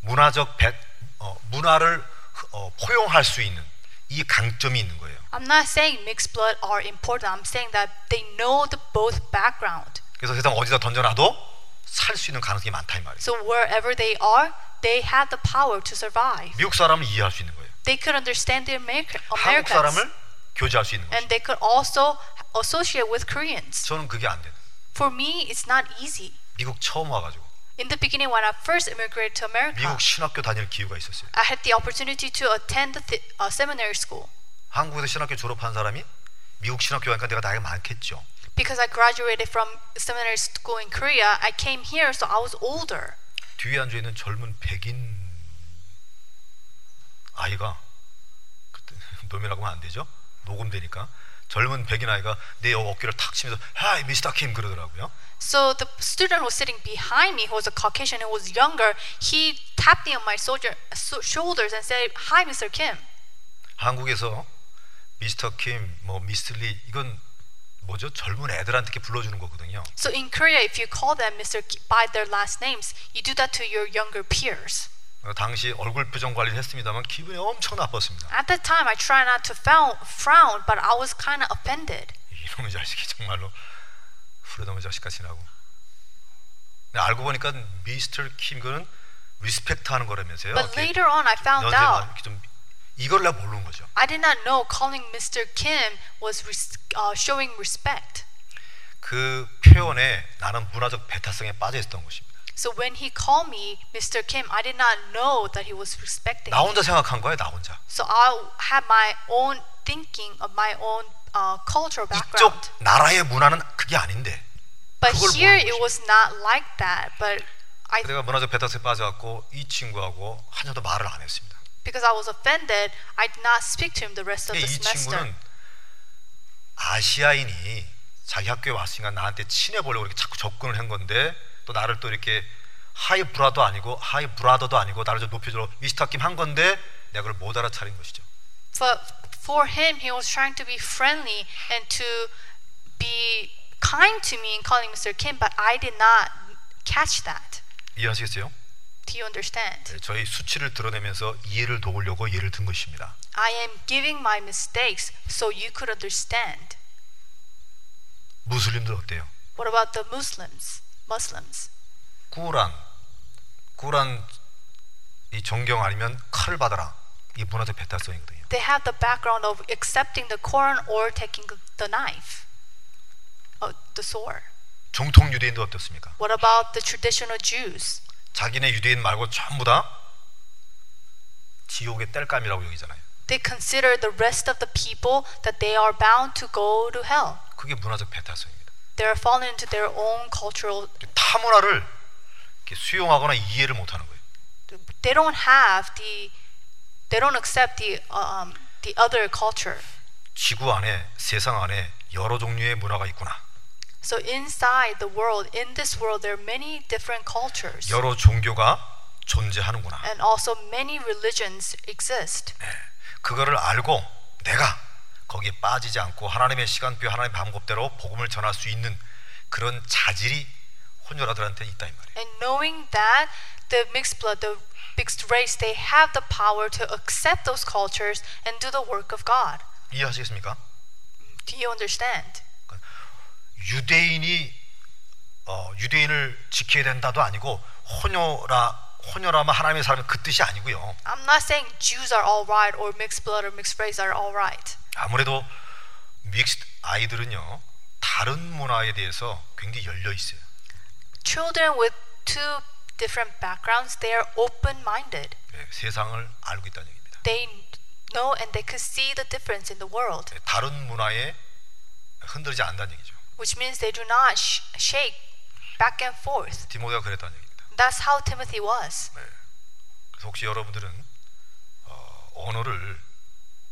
Speaker 1: 문화적 배, 어, 문화를 흐- 어, 포용할 수 있는 이 강점이 있는 거예요.
Speaker 2: I'm not saying mixed blood are important. I'm saying that they know the both background.
Speaker 1: 그래서 세상 어디다 던져놔도 살 수 있는 가능성이 많다 이 말이에요.
Speaker 2: So wherever they are, they have the power to survive.
Speaker 1: 미국 사람을 이해할 수 있는 거예요.
Speaker 2: They could understand the America,
Speaker 1: 한국
Speaker 2: Americans,
Speaker 1: 사람을 교제할 수 있는 거예요.
Speaker 2: and they could also associate with Koreans.
Speaker 1: 저는 그게 안 돼요.
Speaker 2: For me, it's not easy.
Speaker 1: 미국 처음 와가지고
Speaker 2: In the beginning, when I first immigrated to America,
Speaker 1: 미국 신학교 다닐 기회가 있었어요.
Speaker 2: I had the opportunity to attend the th- uh, seminary school
Speaker 1: 한국에서 신학교 졸업한 사람이 미국 신학교 가니까 내가 나이가 많겠죠.
Speaker 2: because I graduated from seminary school in Korea, I came here, so I was older.
Speaker 1: 뒤에 앉아 있는 젊은 백인 아이가 그때 *laughs* 노면이라고 하면 안 되죠. 녹음되니까 젊은 백인 아이가 내 어깨를 탁 치면서 "Hi, Mr. Kim" 그러더라고요.
Speaker 2: So the student who was sitting behind me, who was a Caucasian who was younger, he tapped me on my soldier, so- shoulders and said, "Hi, Mr. Kim."
Speaker 1: 한국에서 미스터 킴, 뭐 미스터 리 이건 뭐죠? 젊은 애들한테 이렇게 불러주는 거거든요.
Speaker 2: So in Korea, if you call them Mr. Ki- by their last names, you do that to your younger peers.
Speaker 1: 어, 당시 얼굴 표정 관리를 했습니다만 기분이 엄청 나빴습니다.
Speaker 2: At that time, I tried not to frown, frown but I was kind of offended.
Speaker 1: 이놈의 자식이 정말로 후레덤의 자식같이 나고 근데 알고 보니까 미스터 킴 그는 리스펙트 하는 거라면서요
Speaker 2: But
Speaker 1: 이렇게
Speaker 2: later on, I found
Speaker 1: 연세 많-
Speaker 2: out.
Speaker 1: 이렇게 좀 이걸 내가 모르는 거죠
Speaker 2: I did not know calling Mr. Kim was res- uh, showing respect.
Speaker 1: 그 표현에 나는 문화적 배타성에 빠져 있었던 것입니다
Speaker 2: So when he called me Mr. Kim, I did not know that he was respecting.
Speaker 1: 나 혼자 생각한 거예요 나 혼자
Speaker 2: So I had my own thinking of my own uh, cultural
Speaker 1: 이쪽
Speaker 2: background.
Speaker 1: 나라의 문화는 그게 아닌데
Speaker 2: But
Speaker 1: 그걸
Speaker 2: here
Speaker 1: 모르는
Speaker 2: it was not like that. But I,
Speaker 1: 내가 문화적 배타성에 빠져갖고 이 친구하고 한참도 말을 안 했습니다
Speaker 2: because I was offended, I did not speak to him the rest of
Speaker 1: 근데
Speaker 2: the
Speaker 1: 예, 이
Speaker 2: semester.
Speaker 1: 친구는 아시아인이 자기 학교에 왔으니까 나한테 친해 보려고 이렇게 자꾸 접근을 한 건데 또 나를 또 이렇게 하이 브라더 아니고 하이 브라더도 아니고 나를 좀 높여주려 미스터킴 한 건데 내가 그걸 못 알아차린 것이죠.
Speaker 2: But for him, he was trying to be friendly and to be kind to me in calling Mr. Kim. But I did not catch that.
Speaker 1: 이해하시겠어요?
Speaker 2: Do you understand?
Speaker 1: 네, 저희 수치를 드러내면서 이해를 도우려고 예를 든 것입니다.
Speaker 2: I am giving my mistakes so you could understand.
Speaker 1: 무슬림들 어때요?
Speaker 2: What about the Muslims? Muslims.
Speaker 1: 꾸란, 꾸란 이 존경 아니면 칼을 받아라. 이 문화적 배타성이거든요.
Speaker 2: They have the background of accepting the Quran or taking the knife, or the sword.
Speaker 1: 정통 유대인도 어떻습니까?
Speaker 2: What about the traditional Jews?
Speaker 1: 자기네 유대인 말고 전부 다 지옥의 땔감이라고 여기잖아요.
Speaker 2: They consider the rest of the people that they are bound to go to hell.
Speaker 1: 그게 문화적 배타성입니다.
Speaker 2: They are falling into their own cultural.
Speaker 1: 타문화를 이렇게 수용하거나 이해를 못하는 거예요.
Speaker 2: They don't have the. They don't accept the um, the other culture.
Speaker 1: 지구 안에 세상 안에 여러 종류의 문화가 있구나.
Speaker 2: So inside the world, in this world, there are many different cultures,
Speaker 1: 여러 종교가 존재하는구나.
Speaker 2: and also many religions exist.
Speaker 1: 그거를 알고 내가 거기에 빠지지 않고 하나님의 시간표 하나님의 방법대로 복음을 전할 수 있는 그런 자질이 혼혈아들한테 있다 이 말이에요.
Speaker 2: And knowing that the mixed blood, the mixed race, they have the power to accept those cultures and do the work of God.
Speaker 1: 이해하시겠습니까?
Speaker 2: Do you understand?
Speaker 1: 유대인이 어, 유대인을 지켜야 된다도 아니고 혼혈아 혼혈아만 하나님의 사람이 그 뜻이 아니고요.
Speaker 2: I'm not saying Jews are all right or mixed blood or mixed race are all right.
Speaker 1: 아무래도 믹스드 아이들은요 다른 문화에 대해서 굉장히 열려 있어요.
Speaker 2: Children with two different backgrounds, they are open-minded.
Speaker 1: 네, 세상을 알고 있다는 얘기입니다.
Speaker 2: They know and they could see the difference in the world,
Speaker 1: 네, 다른 문화에 흔들리지 않는다는 얘기죠.
Speaker 2: which means they do not sh- shake back and forth.
Speaker 1: 디모데가 그랬다는 얘기입니다.
Speaker 2: That's how Timothy was.
Speaker 1: 그래서 혹시 여러분들은 어, 언어를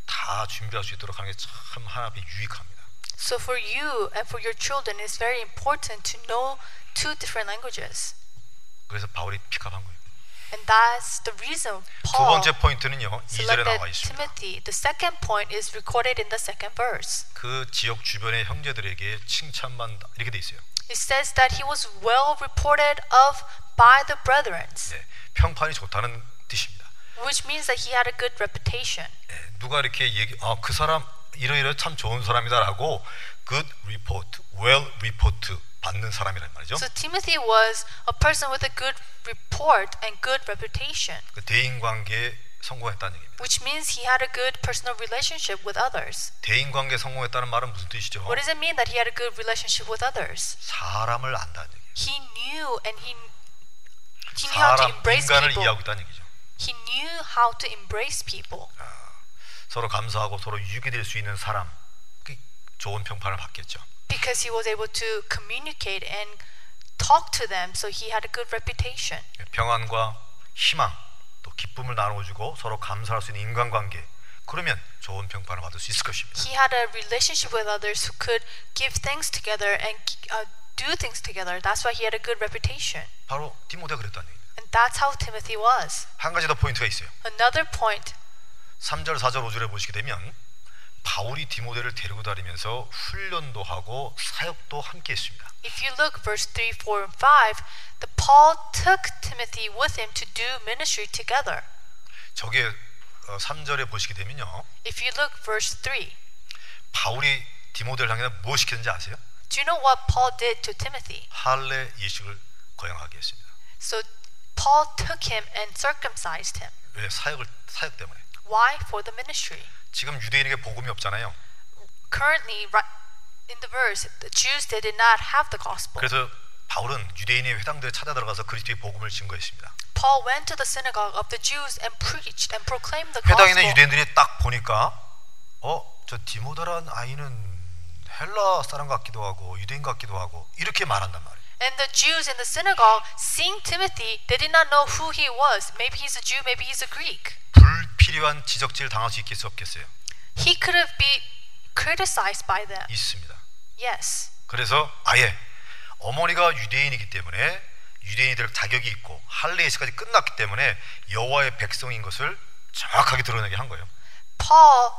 Speaker 1: 다 준비할 수 있도록 하는 게 참 하나님께 유익합니다.
Speaker 2: So for you and for your children, it's very important to know two different languages,
Speaker 1: 그래서 바울이 픽업한 거예요.
Speaker 2: and that's the reason
Speaker 1: 두
Speaker 2: Paul
Speaker 1: 번째 포인트는요. 이절에
Speaker 2: selected
Speaker 1: 나와 있습니다.
Speaker 2: Timothy. The second point is recorded in the second verse.
Speaker 1: 그 지역 주변의 형제들에게 칭찬만 이렇게 돼 있어요.
Speaker 2: It says that he was well reported of by the brethren,
Speaker 1: 네, 평판이 좋다는 뜻입니다.
Speaker 2: which means that he had a good reputation.
Speaker 1: 네, 누가 이렇게 얘기, 아, 그 사람 이러이러 참 좋은 사람이다라고 good report, well report 받는 사람이란 말이죠.
Speaker 2: So Timothy was a person with a good report and good reputation,
Speaker 1: 그 대인 관계에 성공했다는 얘기입니다.
Speaker 2: which means he had a good personal relationship with others.
Speaker 1: 대인 관계에 성공했다는 말은 무슨 뜻이죠?
Speaker 2: What does it mean that he had a good relationship with others?
Speaker 1: 사람을 안다는 얘기예요.
Speaker 2: He knew and he he knew how to
Speaker 1: 사람
Speaker 2: embrace
Speaker 1: 인간을
Speaker 2: people.
Speaker 1: 이해하고 있다는 얘기죠.
Speaker 2: He knew how to embrace people.
Speaker 1: 서로 감사하고 서로 유익이 될 수 있는 사람, 그 좋은 평판을 받겠죠.
Speaker 2: because he was able to communicate and talk to them so he had a good reputation
Speaker 1: 평안과 희망, 또 기쁨을 나눠주고 서로 감사할 수 있는 인간관계. 그러면 좋은 평판을 받을 수 있을 것입니다.
Speaker 2: he had a relationship with others who could give things together and uh, do things together that's why he had a good reputation
Speaker 1: 바로 디모데가 그랬다는 얘기입니다.
Speaker 2: and that's how timothy was
Speaker 1: 한 가지 더 포인트가 있어요.
Speaker 2: another point
Speaker 1: 3절, 4절, 5절에 보시게 되면 바울이 디모데를 데리고 다니면서 훈련도 하고 사역도 함께 했습니다.
Speaker 2: if you look verse 3 4 and 5 the paul took timothy with him to do ministry together
Speaker 1: 저게 어, 3절에 보시게 되면요.
Speaker 2: if you look verse 3
Speaker 1: 바울이 디모데를 향해 무엇 시켰는지 아세요?
Speaker 2: do you know what paul did to timothy
Speaker 1: 할례 예식을 거행하게 했습니다.
Speaker 2: so paul took him and circumcised him
Speaker 1: 왜 사역을 사역 때문에
Speaker 2: Why? For the ministry.
Speaker 1: 지금 유대인에게 복음이 없잖아요.
Speaker 2: Currently, right in the verse, the Jews they did not have the gospel.
Speaker 1: 그래서 바울은 유대인의 회당들에 찾아 들어가서 그리스도의 복음을 증거했습니다.
Speaker 2: Paul went to the synagogue of the Jews and preached and proclaimed the
Speaker 1: 회당에 있는
Speaker 2: gospel.
Speaker 1: 유대인들이 딱 보니까 어, 저 디모데란 아이는 헬라 사람 같기도 하고 유대인 같기도 하고 이렇게 말한단 말이에요.
Speaker 2: And the Jews in the synagogue, seeing Timothy, they did not know who he was. Maybe he's a Jew, maybe he's a Greek.
Speaker 1: 불필요한 지적질 당할 수 있겠어 없겠어요?
Speaker 2: He could have been criticized by them.
Speaker 1: 있습니다.
Speaker 2: Yes.
Speaker 1: 그래서 아예 어머니가 유대인이기 때문에 유대인이 될 자격이 있고 할례 예식까지 끝났기 때문에 여호와의 백성인 것을 정확하게 드러내게 한 거예요.
Speaker 2: Paul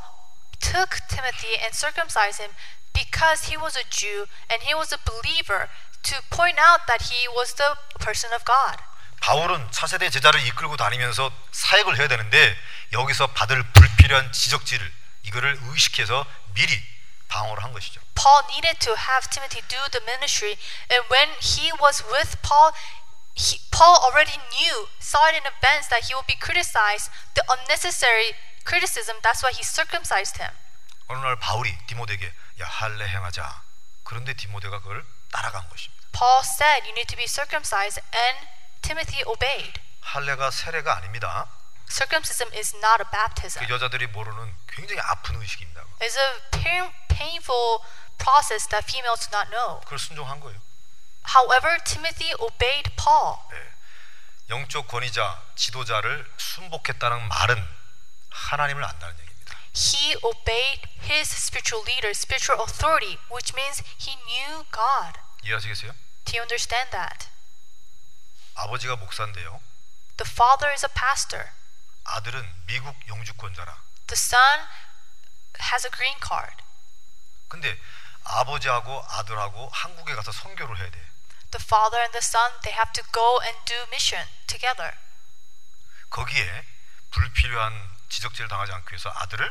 Speaker 2: took Timothy and circumcised him because he was a Jew and he was a believer to point out that he was the person of God.
Speaker 1: 바울은 차세대 제자를 이끌고 다니면서 사역을 해야 되는데 여기서 받을 불필요한 지적질을 이거를 의식해서 미리 방어를 한 것이죠.
Speaker 2: Paul needed to have Timothy do the ministry, and when he was with Paul, he, Paul already knew, saw it in advance that he would be criticized, the unnecessary criticism. That's why he circumcised him.
Speaker 1: 어느 날 바울이 디모데에게 야 할례 행하자. 그런데 디모데가 그걸 따라간 것입니다.
Speaker 2: Paul said, "You need to be circumcised," and Timothy obeyed.
Speaker 1: 할례가 세례가 아닙니다.
Speaker 2: Circumcision is not a
Speaker 1: 그
Speaker 2: baptism.
Speaker 1: 여자들이 모르는 굉장히 아픈 의식입니다.
Speaker 2: It's a pain, painful process that females do not know.
Speaker 1: 그걸 순종한 거예요.
Speaker 2: However, Timothy obeyed Paul.
Speaker 1: 예. 영적 권위자, 지도자를 순복했다는 말은 하나님을 안다는 얘기입니다.
Speaker 2: He obeyed his spiritual leader, spiritual authority, which means he knew God.
Speaker 1: 이해하시겠어요?
Speaker 2: Do you understand that?
Speaker 1: 아버지가 목사인데요.
Speaker 2: The father is a pastor.
Speaker 1: 아들은 미국 영주권자라.
Speaker 2: The son has a green card.
Speaker 1: 근데 아버지하고 아들하고 한국에 가서 선교를 해야 돼.
Speaker 2: The father and the son, they have to go and do mission together.
Speaker 1: 거기에 불필요한 지적질을 당하지 않기 위해서 아들을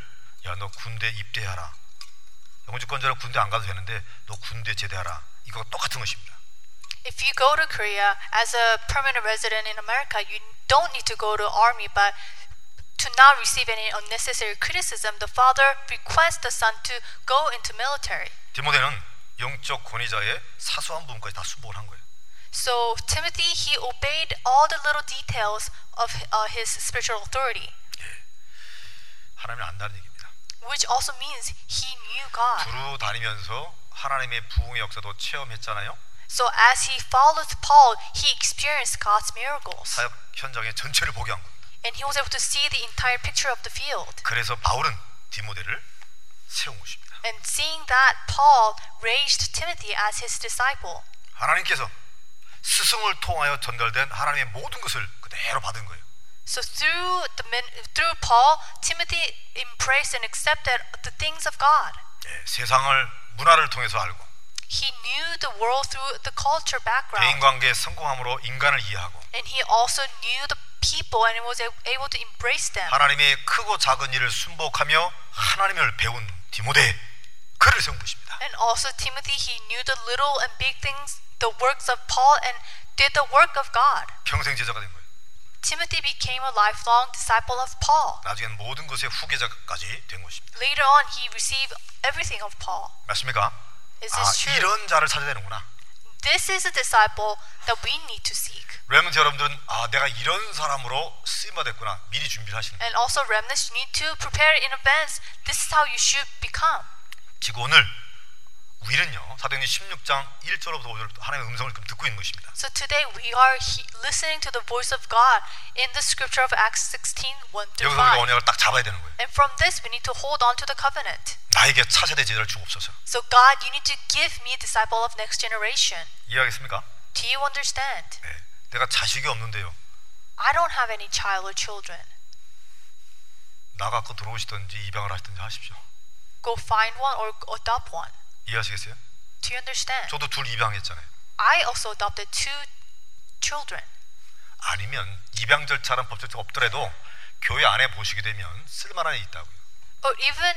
Speaker 1: 야 너 군대 입대하라. 영주권자는 군대 안 가도 되는데 너 군대 제대하라. 이거 똑같은 것입니다.
Speaker 2: If you go to Korea as a permanent resident in America, you don't need to go to army, but to not receive any unnecessary criticism, the father requests the son to go into military.
Speaker 1: 디모데는 영적 권위자의 사소한 부분까지 다 수복을 한 거예요.
Speaker 2: So Timothy, he obeyed all the little details of uh, his spiritual authority,
Speaker 1: 하나님을 안다는 얘기입니다.
Speaker 2: which also means he knew God.
Speaker 1: 두루 다니면서 하나님의 부흥의 역사도 체험했잖아요.
Speaker 2: So as he followed Paul, he experienced God's miracles,
Speaker 1: 사역 현장의 전체를 보게 한 겁니다.
Speaker 2: and he was able to see the entire picture of the field.
Speaker 1: 그래서 바울은 디모데를 세운 것입니다.
Speaker 2: And seeing that, Paul raised Timothy as his disciple.
Speaker 1: 하나님께서 스승을 통하여 전달된 하나님의 모든 것을 그대로 받은 거예요.
Speaker 2: So through the min- through Paul, Timothy embraced and accepted the things of God.
Speaker 1: 예, 세상을 문화를 통해서 알고
Speaker 2: He knew the world through the culture
Speaker 1: 대인
Speaker 2: background,
Speaker 1: 관계의 성공함으로 인간을 이해하고
Speaker 2: and he also knew the people and was a- able to embrace them.
Speaker 1: 하나님의 크고 작은 일을 순복하며 하나님을 배운 디모데 그를 세운 것입니다.
Speaker 2: And also Timothy, he knew the little and big things, the works of Paul, and did the work of God.
Speaker 1: 평생 제자가 된 거예요.
Speaker 2: Timothy became a lifelong disciple of Paul.
Speaker 1: 나중에는 모든 것의 후계자까지 된 것입니다.
Speaker 2: Later on, he received everything of Paul.
Speaker 1: 맞습니까?
Speaker 2: Is
Speaker 1: 아,
Speaker 2: this true?
Speaker 1: 이런 자를 찾아야 되는구나.
Speaker 2: This is a disciple that we need to seek.
Speaker 1: 왜냐면 여러분들은 아 내가 이런 사람으로 쓰임받 됐구나 미리 준비를 하시는 거예요.
Speaker 2: And also, remnants, you need to prepare in advance. This is how you should become.
Speaker 1: 지금 오늘 우리는요 사도행전 16장 1절로부터 5절부터 하나님의 음성을 지금 듣고 있는 것입니다.
Speaker 2: So today we are he- listening to the voice of God in the scripture of Acts 16 1
Speaker 1: 여기서
Speaker 2: through
Speaker 1: 우리가
Speaker 2: 5.
Speaker 1: 언약을 딱 잡아야 되는 거예요.
Speaker 2: And from this, we need to hold on to the covenant.
Speaker 1: 나에게 차세대 제자를 주옵소서.
Speaker 2: So, God, you need to give me disciple of next generation.
Speaker 1: 이해하겠습니까?
Speaker 2: Do you understand?
Speaker 1: 네. 내가 자식이 없는데요.
Speaker 2: I don't have any child or children.
Speaker 1: 나가고 그 들어오시든지 입양을 하시든지 하십시오.
Speaker 2: Go find one or adopt one.
Speaker 1: 이해하시겠어요?
Speaker 2: Do you understand?
Speaker 1: 저도 둘 입양했잖아요.
Speaker 2: I also adopted two children.
Speaker 1: 아니면 입양 절차는 법 절차가 없더라도 교회 안에 보시게 되면 쓸만한 애 있다고요.
Speaker 2: Or even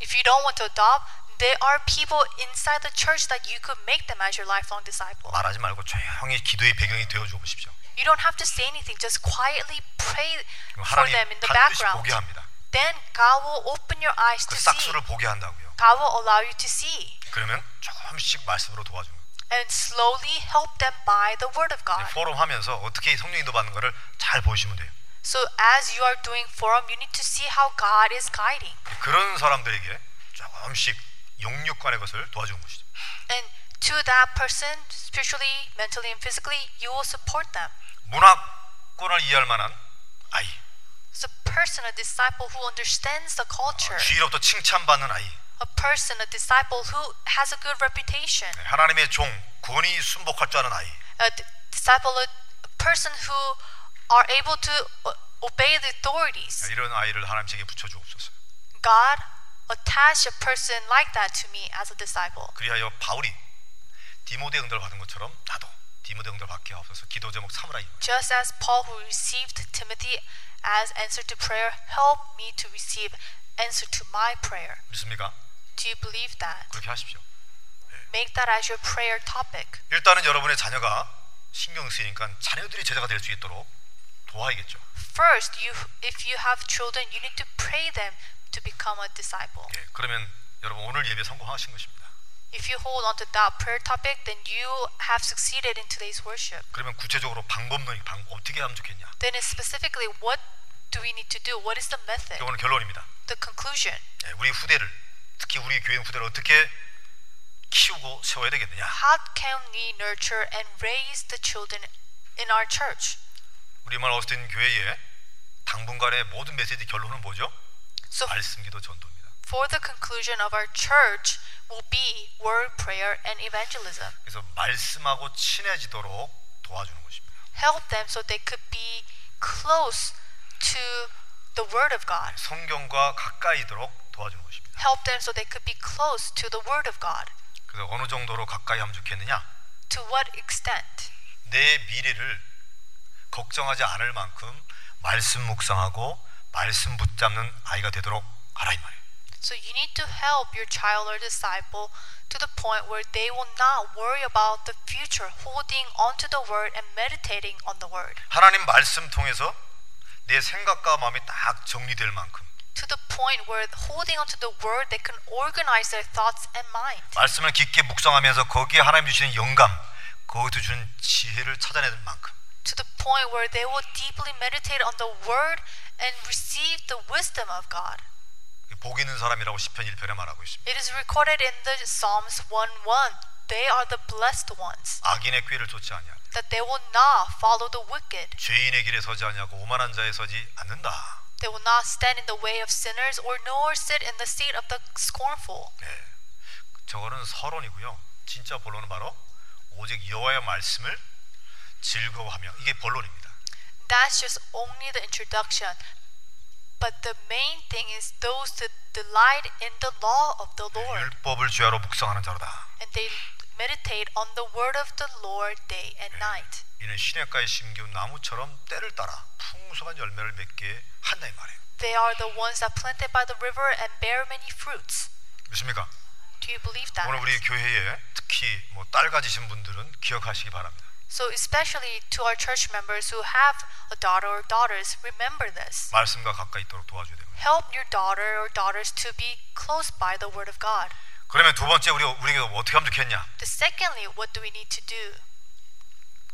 Speaker 2: if you don't want to adopt, there are people inside the church that you could make them as your lifelong disciple.
Speaker 1: 말하지 말고 조용히 기도의 배경이 되어 주어 보십시오.
Speaker 2: You don't have to say anything, just quietly pray for them
Speaker 1: 하나님
Speaker 2: in the
Speaker 1: 반드시
Speaker 2: background.
Speaker 1: 보게 합니다.
Speaker 2: Then God will open your eyes
Speaker 1: 그
Speaker 2: to see.
Speaker 1: 싹수를 보게 한다고요.
Speaker 2: God will allow you to see.
Speaker 1: 그러면 조금씩 말씀으로 도와주는 거예요.
Speaker 2: And slowly help them by the word of God.
Speaker 1: 포럼 하면서 어떻게 성령 인도 받는 거를 잘 보시면 돼요.
Speaker 2: So as you are doing forum, you need to see how God is guiding.
Speaker 1: 그런 사람들에게 조금씩 영육간의 것을 도와주는 것이죠.
Speaker 2: And to that person, spiritually, mentally, and physically, you will support them.
Speaker 1: 문화권을 이해할 만한 아이,
Speaker 2: It's a person, a disciple who understands the culture.
Speaker 1: 주위로부터 칭찬받는 아이,
Speaker 2: a person, a disciple who has a good reputation,
Speaker 1: 네, 하나님의 종, 권위 순복할 줄 아는 아이,
Speaker 2: a d- disciple, a a person who are able to o- obey the authorities.
Speaker 1: 이런 아이를 하나님께 붙여주옵소서.
Speaker 2: God attach a person like that to me as a disciple.
Speaker 1: 그리하여 바울이 디모데 응답을 받은 것처럼 나도 디모데 응답 받게 하옵소서. 기도 제목 사무라이.
Speaker 2: Just as Paul, who received Timothy as answer to prayer, help me to receive answer to my prayer.
Speaker 1: 믿습니까?
Speaker 2: Do you believe that?
Speaker 1: 그렇게 하십시오.
Speaker 2: Make that as your prayer topic.
Speaker 1: 일단은 여러분의 자녀가 신경 쓰이니까 자녀들이 제자가 될 수 있도록 도와야겠죠.
Speaker 2: First, you if you have children, you need to pray them to become a disciple.
Speaker 1: 예, 그러면 여러분 오늘 예배 성공하신 것입니다.
Speaker 2: If you hold on to that prayer topic, then you have succeeded in today's worship.
Speaker 1: 그러면 구체적으로 방법론이 방 어떻게 하면 좋겠냐?
Speaker 2: Then it's specifically what do we need to do? What is the method?
Speaker 1: 이게 오늘 결론입니다.
Speaker 2: The conclusion.
Speaker 1: 예, 우리 후대를 특히 우리 교회 후대를 어떻게 키우고 세워야 되겠느냐?
Speaker 2: How can we nurture and raise the children in our church?
Speaker 1: 우리말 어스틴 교회의 당분간의 모든 메시지 결론은 뭐죠?
Speaker 2: So
Speaker 1: 말씀기도 전도입니다.
Speaker 2: for the conclusion of our church, will be word prayer and evangelism.
Speaker 1: 그래서 말씀하고 친해지도록 도와주는 것입니다.
Speaker 2: Help them so they could be close to the word of God.
Speaker 1: 성경과 가까이도록 도와주는 것입니다.
Speaker 2: Help them so they could be close to the word of God.
Speaker 1: 그래서 어느 정도로 가까이 하면 좋겠느냐?
Speaker 2: To what extent?
Speaker 1: 내 미래를 걱정하지 않을 만큼 말씀 묵상하고 말씀 붙잡는 아이가 되도록 하라 이 말이에요.
Speaker 2: So you need to help your child or disciple to the point where they will not worry about the future, holding onto the word and meditating on the word.
Speaker 1: 하나님 말씀 통해서 내 생각과 마음이 딱 정리될 만큼
Speaker 2: To the point where holding onto the word, they can organize their thoughts and mind.
Speaker 1: 말씀을 깊게 묵상하면서 거기에 하나님 주시는 영감, 거기서 주는 지혜를 찾아내는 만큼
Speaker 2: To the point where they will deeply meditate on the word and receive the wisdom of God.
Speaker 1: 복 있는 사람이라고 시편 1편에 말하고 있습니다.
Speaker 2: It is recorded in the Psalms 1:1. They are the blessed ones,
Speaker 1: 악인의 꾀를 쫓지 아니하며
Speaker 2: that they will not follow the wicked.
Speaker 1: 죄인의 길에 서지 아니하고 오만한 자에 서지 않는다.
Speaker 2: They will not stand in the way of sinners or nor sit in the seat of the scornful.
Speaker 1: 예, 저거는 서론이고요. 진짜 본론은 바로 오직 여호와의 말씀을 즐거워하며 이게 본론입니다.
Speaker 2: That's just only the introduction. But the main thing is those that delight in the law of the Lord
Speaker 1: 네, 율법을 죄하로 묵상하는 자로다.
Speaker 2: and they meditate on the word of the Lord day and night.
Speaker 1: 이는 시냇가에 심겨온 나무처럼 때를 따라 풍성한 열매를 맺게 한다 이 말이에요.
Speaker 2: They are the ones that planted by the river and bear many fruits.
Speaker 1: 믿습니까?
Speaker 2: Do you believe
Speaker 1: 오늘
Speaker 2: that?
Speaker 1: 우리 교회에 특히 뭐딸 가지신 분들은 기억하시기 바랍니다.
Speaker 2: So especially to our church members who have a daughter or daughters, remember this.
Speaker 1: 말씀과 가까이 있도록 도와줘야 되고요.
Speaker 2: Help your daughter or daughters to be close by the word of God.
Speaker 1: 그러면 두 번째 우리 우리가 어떻게 하면 좋겠냐?
Speaker 2: The secondly, what do we need to do?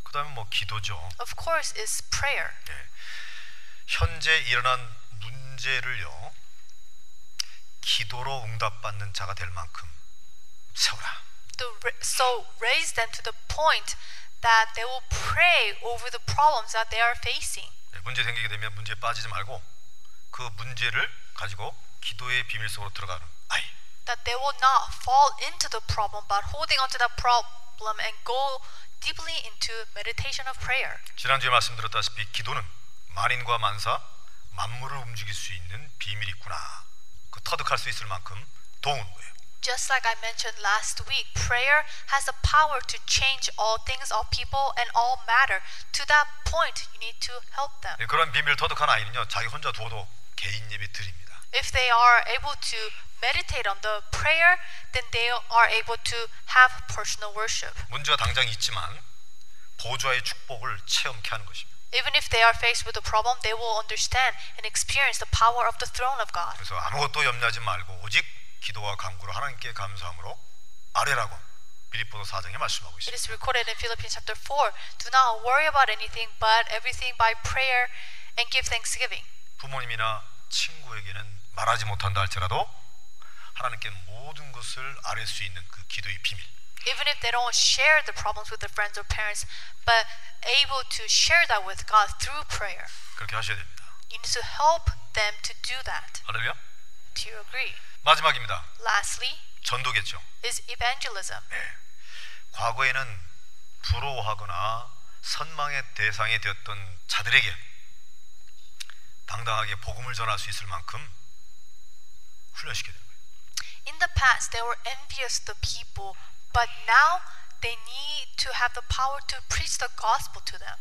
Speaker 1: 그다음에 뭐 기도죠.
Speaker 2: Of course, is prayer.
Speaker 1: 예. 현재 일어난 문제를요 기도로 응답받는 자가 될 만큼 세우라.
Speaker 2: The, ra- so raise them to the point that they will pray over the problems that they are facing.
Speaker 1: 예, 문제 생기게 되면 문제에 빠지지 말고 그 문제를 가지고 기도의 비밀 속으로 들어가는 아이.
Speaker 2: That they will not fall into the problem, but holding onto that problem and go deeply into meditation of prayer.
Speaker 1: 지난주에 말씀드렸다시피 기도는 만인과 만사 만물을 움직일 수 있는 비밀이 있구나. 그 터득할 수 있을 만큼 도운 거예요.
Speaker 2: Just like I mentioned last week, prayer has the power to change all things, all people, and all matter. To that point, you need to help them.
Speaker 1: 예, 그런 비밀을 터득한 아이는요 자기 혼자 두어도 개인 예배 드립니다.
Speaker 2: If they are able to meditate on the prayer, then they are able to have personal worship.
Speaker 1: 문제가 당장 있지만 보좌의 축복을 체험케 하는 것입니다.
Speaker 2: Even if they are faced with a problem, they will understand and experience the power of the throne of God.
Speaker 1: 그래서 아무것도 염려하지 말고 오직 기도와 간구로 하나님께 감사함으로 아뢰라고 빌립보서 4장에 말씀하고
Speaker 2: It
Speaker 1: 있습니다.
Speaker 2: is recorded in Philippians chapter 4 Do not worry about anything, but everything by prayer and give thanksgiving.
Speaker 1: 부모님이나 친구에게는 말하지 못한다 할지라도 하나님께 모든 것을 아뢰 수 있는 그 기도의 비밀.
Speaker 2: Even if they don't share the problems with their friends or parents, but able to share that with God through prayer.
Speaker 1: 그렇게 하셔야 됩니다.
Speaker 2: You need to help them to do that.
Speaker 1: 할렐루야.
Speaker 2: Do you agree?
Speaker 1: 마지막입니다.
Speaker 2: Lastly,
Speaker 1: 전도겠죠.
Speaker 2: is evangelism.
Speaker 1: 네. 과거에는 부러워하거나 선망의 대상이 되었던 자들에게 당당하게 복음을 전할 수 있을 만큼 훈련시켜야 되는 거예요.
Speaker 2: In the past, they were envious the people, but now they need to have the power to preach the gospel to them.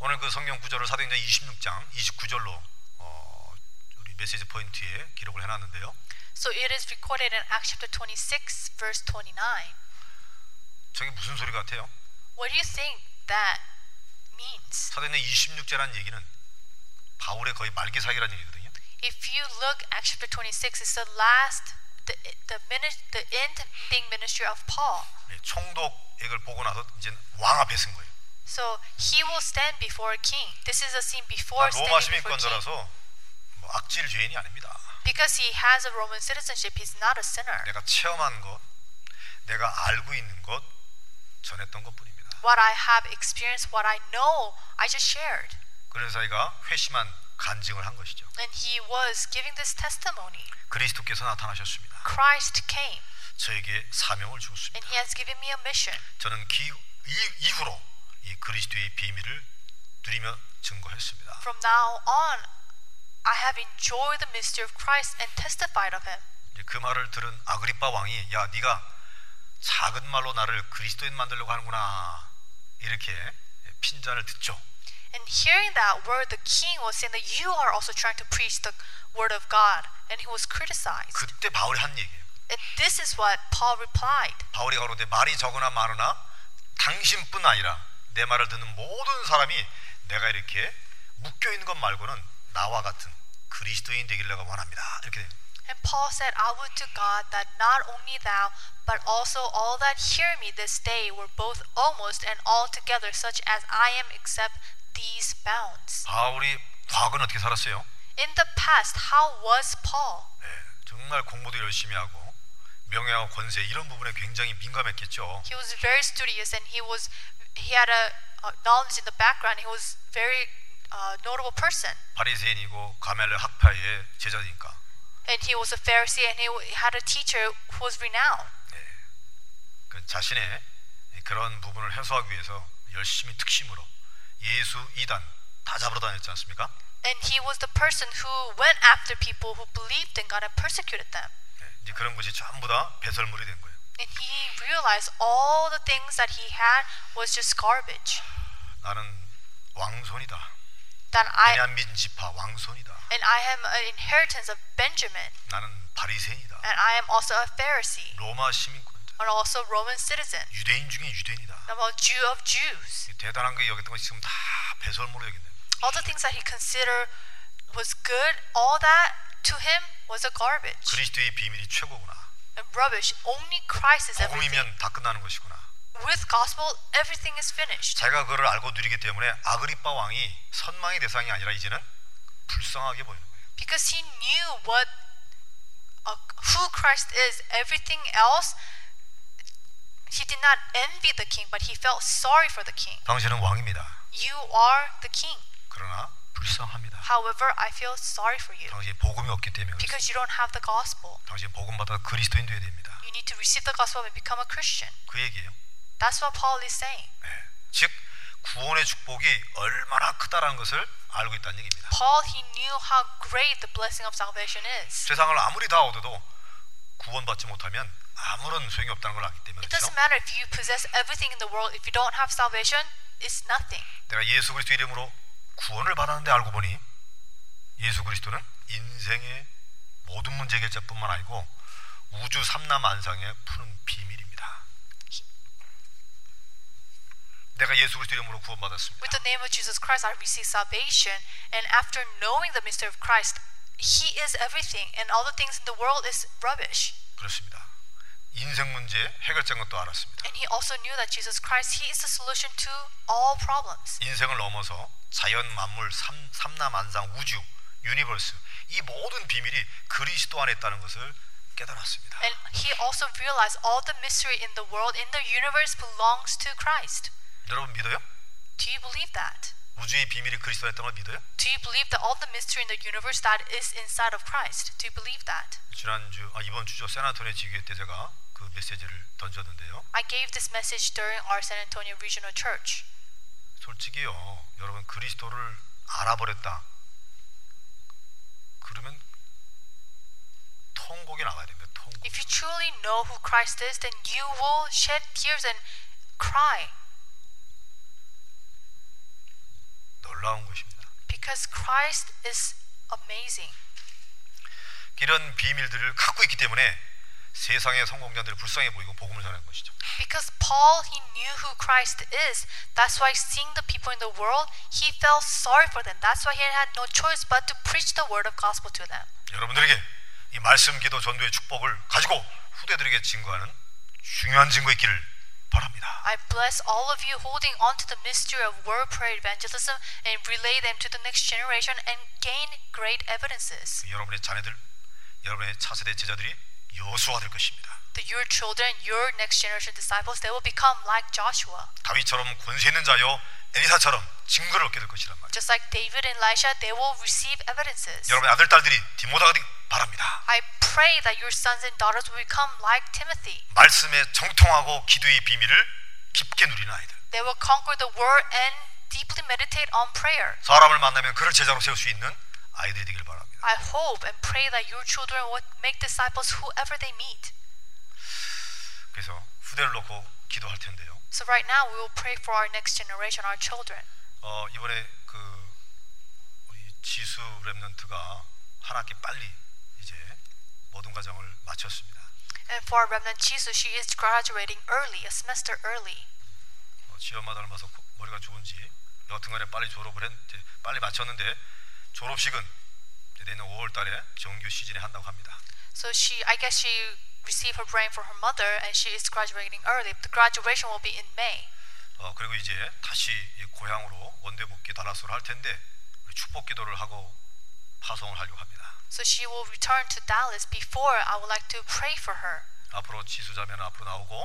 Speaker 1: 오늘 그 성경 구절을 사도행전 26장 29절로 어, 우리 메시지 포인트에 기록을 해놨는데요.
Speaker 2: So it is recorded in Acts chapter 26, verse 29.
Speaker 1: 저게 무슨 소리 같아요?
Speaker 2: What do you think that means?
Speaker 1: 사도행전 26절이라는 얘기는 바울의 거의 말기 사기라는 얘기거든요.
Speaker 2: If you look, Acts chapter 26 is the last, the, the, minis- the ending ministry of Paul.
Speaker 1: 네, 총독액을 보고 나서 이제 왕 앞에 쓴 거예요.
Speaker 2: So he will stand before a king. This is a scene before
Speaker 1: 로마
Speaker 2: standing before a king.
Speaker 1: 시민권자라서 뭐 악질 죄인이 아닙니다.
Speaker 2: Because he has a Roman citizenship, he's not a sinner.
Speaker 1: 내가 체험한 것, 내가 알고 있는 것, 전했던 것뿐입니다.
Speaker 2: what I have experienced, what I know, I just shared.
Speaker 1: 그런 사이가 회심한 간증을 한 것이죠.
Speaker 2: And he was giving this testimony.
Speaker 1: 그리스도께서 나타나셨습니다.
Speaker 2: Christ came.
Speaker 1: 저에게 사명을 주었습니다.
Speaker 2: and He has given me a mission.
Speaker 1: 저는 기, 이, 이후로 이 그리스도의 비밀을 누리며 증거했습니다.
Speaker 2: From now on, I have enjoyed the mystery of Christ and testified of Him.
Speaker 1: 이제 그 말을 들은 아그리빠 왕이 야 네가 작은 말로 나를 그리스도인 만들려고 하는구나 이렇게 예, 핀잔을 듣죠.
Speaker 2: And hearing that word, the king was saying that you are also trying to preach the word of God, and he was criticized.
Speaker 1: 그때 바울이 한 얘기예요.
Speaker 2: And this is what Paul replied.
Speaker 1: 바울이 가로되 말이 적으나 많으나 당신뿐 아니라 내 말을 듣는 모든 사람이 내가 이렇게 묶여 있는 것 말고는 나와 같은 그리스도인 되기를 내가 원합니다. 이렇게 돼요.
Speaker 2: And Paul said, I would to God that not only thou, but also all that hear me this day were both almost and altogether such as I am, except these bounds.
Speaker 1: 바울이 과거는 어떻게 살았어요?
Speaker 2: In the past, how was Paul?
Speaker 1: 네, 정말 공부도 열심히 하고 명예와 권세 이런 부분에 굉장히 민감했겠죠.
Speaker 2: He was very studious, and he was he had a, a knowledge in the background. He was very uh, notable person.
Speaker 1: 바리새인이고 가멜레 학파의 제자니까.
Speaker 2: and he was a Pharisee and he w- had a teacher who was renowned.
Speaker 1: 그 자신의 그런 부분을 해소하기 위해서 열심히 특심으로 예수 이단 다 잡으러 다녔지 않습니까?
Speaker 2: And he was the person who went after people who believed in God and persecuted them.
Speaker 1: 네, 이제 그런 것이 전부 다 배설물이 된 거예요.
Speaker 2: And he realized all the things that he had was just garbage.
Speaker 1: 나는 왕손이다.
Speaker 2: That I
Speaker 1: 베냐민 지파 왕손이다.
Speaker 2: and I am an inheritance of Benjamin,
Speaker 1: 나는 바리새인이다.
Speaker 2: and I am also a Pharisee,
Speaker 1: 로마 시민권자.
Speaker 2: and also Roman citizen.
Speaker 1: 유대인 중에 유대인이다.
Speaker 2: I'm a Jew of Jews.
Speaker 1: 대단한 게 여겼던 건 지금 다 배설물로 여긴다.
Speaker 2: All the things that he considered was good, all that to him was a garbage
Speaker 1: 그리스도의 비밀이 최고구나.
Speaker 2: and rubbish. Only Christ is everything.
Speaker 1: 복음이면 다 끝나는 것이구나.
Speaker 2: with gospel everything is finished
Speaker 1: 자기가 그걸 알고 누리기 때문에 아그리빠 왕이 선망의 대상이 아니라 이제는 불쌍하게 보이는 거예요.
Speaker 2: because he knew what uh, who Christ is everything else he did not envy the king but he felt sorry for the king
Speaker 1: 당신은 왕입니다.
Speaker 2: you are the king
Speaker 1: 그러나 불쌍합니다.
Speaker 2: however i feel sorry for you
Speaker 1: 당신이 복음이 없기 때문에 그렇습니다.
Speaker 2: because you don't have the gospel
Speaker 1: 당신 복음 받아 그리스도인 되어야 됩니다.
Speaker 2: you need to receive the gospel and become a christian
Speaker 1: 그 얘기예요.
Speaker 2: that's what paul is saying
Speaker 1: 예. 즉 구원의 축복이 얼마나 크다라는 것을 알고 있다는 얘기입니다.
Speaker 2: paul he knew how great the blessing of salvation is
Speaker 1: 세상을 아무리 다 얻어도 구원받지 못하면 아무런 소용이 없다는 걸 알기 때문에
Speaker 2: it
Speaker 1: 그렇죠?
Speaker 2: doesn't matter if you possess everything in the world if you don't have salvation it's nothing
Speaker 1: 내가 예수 그리스도 이름으로 구원을 받았는데 알고 보니 예수 그리스도는 인생의 모든 문제 해결자뿐만 아니고 우주 삼남 안상의 푸는 비밀입니다. 내가 예수 그리스도 이름으로 구원받았습니다.
Speaker 2: With the name of Jesus Christ, I receive salvation. And after knowing the mystery of Christ, He is everything, and all the things in the world is rubbish.
Speaker 1: 그렇습니다. 인생 문제 해결자인 것도 알았습니다.
Speaker 2: And He also knew that Jesus Christ, He is the solution to all problems.
Speaker 1: 인생을 넘어서 자연 만물 삼, 삼남 안상 우주 유니버스 이 모든 비밀이 그리스도 안에 있다는 것을 깨달았습니다.
Speaker 2: And He also realized all the mystery in the world, in the universe, belongs to Christ.
Speaker 1: 여러분 믿어요?
Speaker 2: Do you believe that?
Speaker 1: 우주의 비밀이 그리스도 안에 있다는 걸 믿어요?
Speaker 2: Do you believe that all the mystery in the universe that is inside of Christ? Do you believe that?
Speaker 1: 지난주 아 이번 주죠 세나토네 지교회 때 제가 그 메시지를 던졌는데요.
Speaker 2: I gave this message during our San Antonio Regional Church.
Speaker 1: 솔직히요 여러분 그리스도를 알아버렸다. 그러면 통곡이 나가야 됩니다. 통곡.
Speaker 2: If you truly know who Christ is, then you will shed tears and cry
Speaker 1: 놀라운 것입니다.
Speaker 2: because Christ is amazing.
Speaker 1: 이런 비밀들을 갖고 있기 때문에 세상의 성공자들이 불쌍해 보이고 복음을 전하는 것이죠.
Speaker 2: Because Paul, he knew who Christ is. That's why seeing the people in the world, he felt sorry for them. That's why he had no choice but to preach the word of gospel to them.
Speaker 1: 여러분들에게 이 말씀 기도 전도의 축복을 가지고 후대들에게 증거하는 중요한 증거 있기를 바랍니다.
Speaker 2: I bless all of you holding on to the mystery of word prayer evangelism and relay them to the next generation and gain great evidences.
Speaker 1: 여러분의 자녀들, 여러분의 차세대 제자들이 여수가 될 것입니다.
Speaker 2: That your children, your next generation disciples, they will become like Joshua.
Speaker 1: 다윗처럼 권세 있는 자요 엘리사처럼 증거를 얻게 될 것이란 말이에요.
Speaker 2: Just like David and Elisha, they will receive evidences.
Speaker 1: 여러분의 아들 딸들이 디모다가 되길 바랍니다.
Speaker 2: I pray that your sons and daughters will become like Timothy.
Speaker 1: 말씀에 정통하고 기도의 비밀을 깊게 누리는 아이들.
Speaker 2: They will conquer the world and deeply meditate on prayer.
Speaker 1: 사람을 만나면 그를 제자로 세울 수 있는 아이들이 되길 바랍니다.
Speaker 2: I hope and pray that your children will make disciples whoever they meet.
Speaker 1: 그래서 후대를 놓고 기도할 텐데요.
Speaker 2: So right now we will pray for our next generation, our children.
Speaker 1: 어, 이번에 그 우리 지수 랩런트가 한 학기 빨리 이제 모든 과정을 마쳤습니다.
Speaker 2: And for our remnant Jesus, she is graduating early, a semester early.
Speaker 1: 어, 지엄마 닮아서 고- 머리가 좋은지 여튼간에 빨리 졸업을 했 이제 빨리 마쳤는데 졸업식은 이제 내년 5월달에 정규 시즌에 한다고 합니다.
Speaker 2: So she, I guess she received her brain from her mother, and she is graduating early. The graduation will be in May.
Speaker 1: 어, 그리고 이제 다시 이 고향으로 원대 복귀 달라스로 할 텐데 우리 축복 기도를 하고 파송을 하려고 합니다.
Speaker 2: So she will return to Dallas before I would like to pray for her.
Speaker 1: 앞으로 지수자매는 앞으로 나오고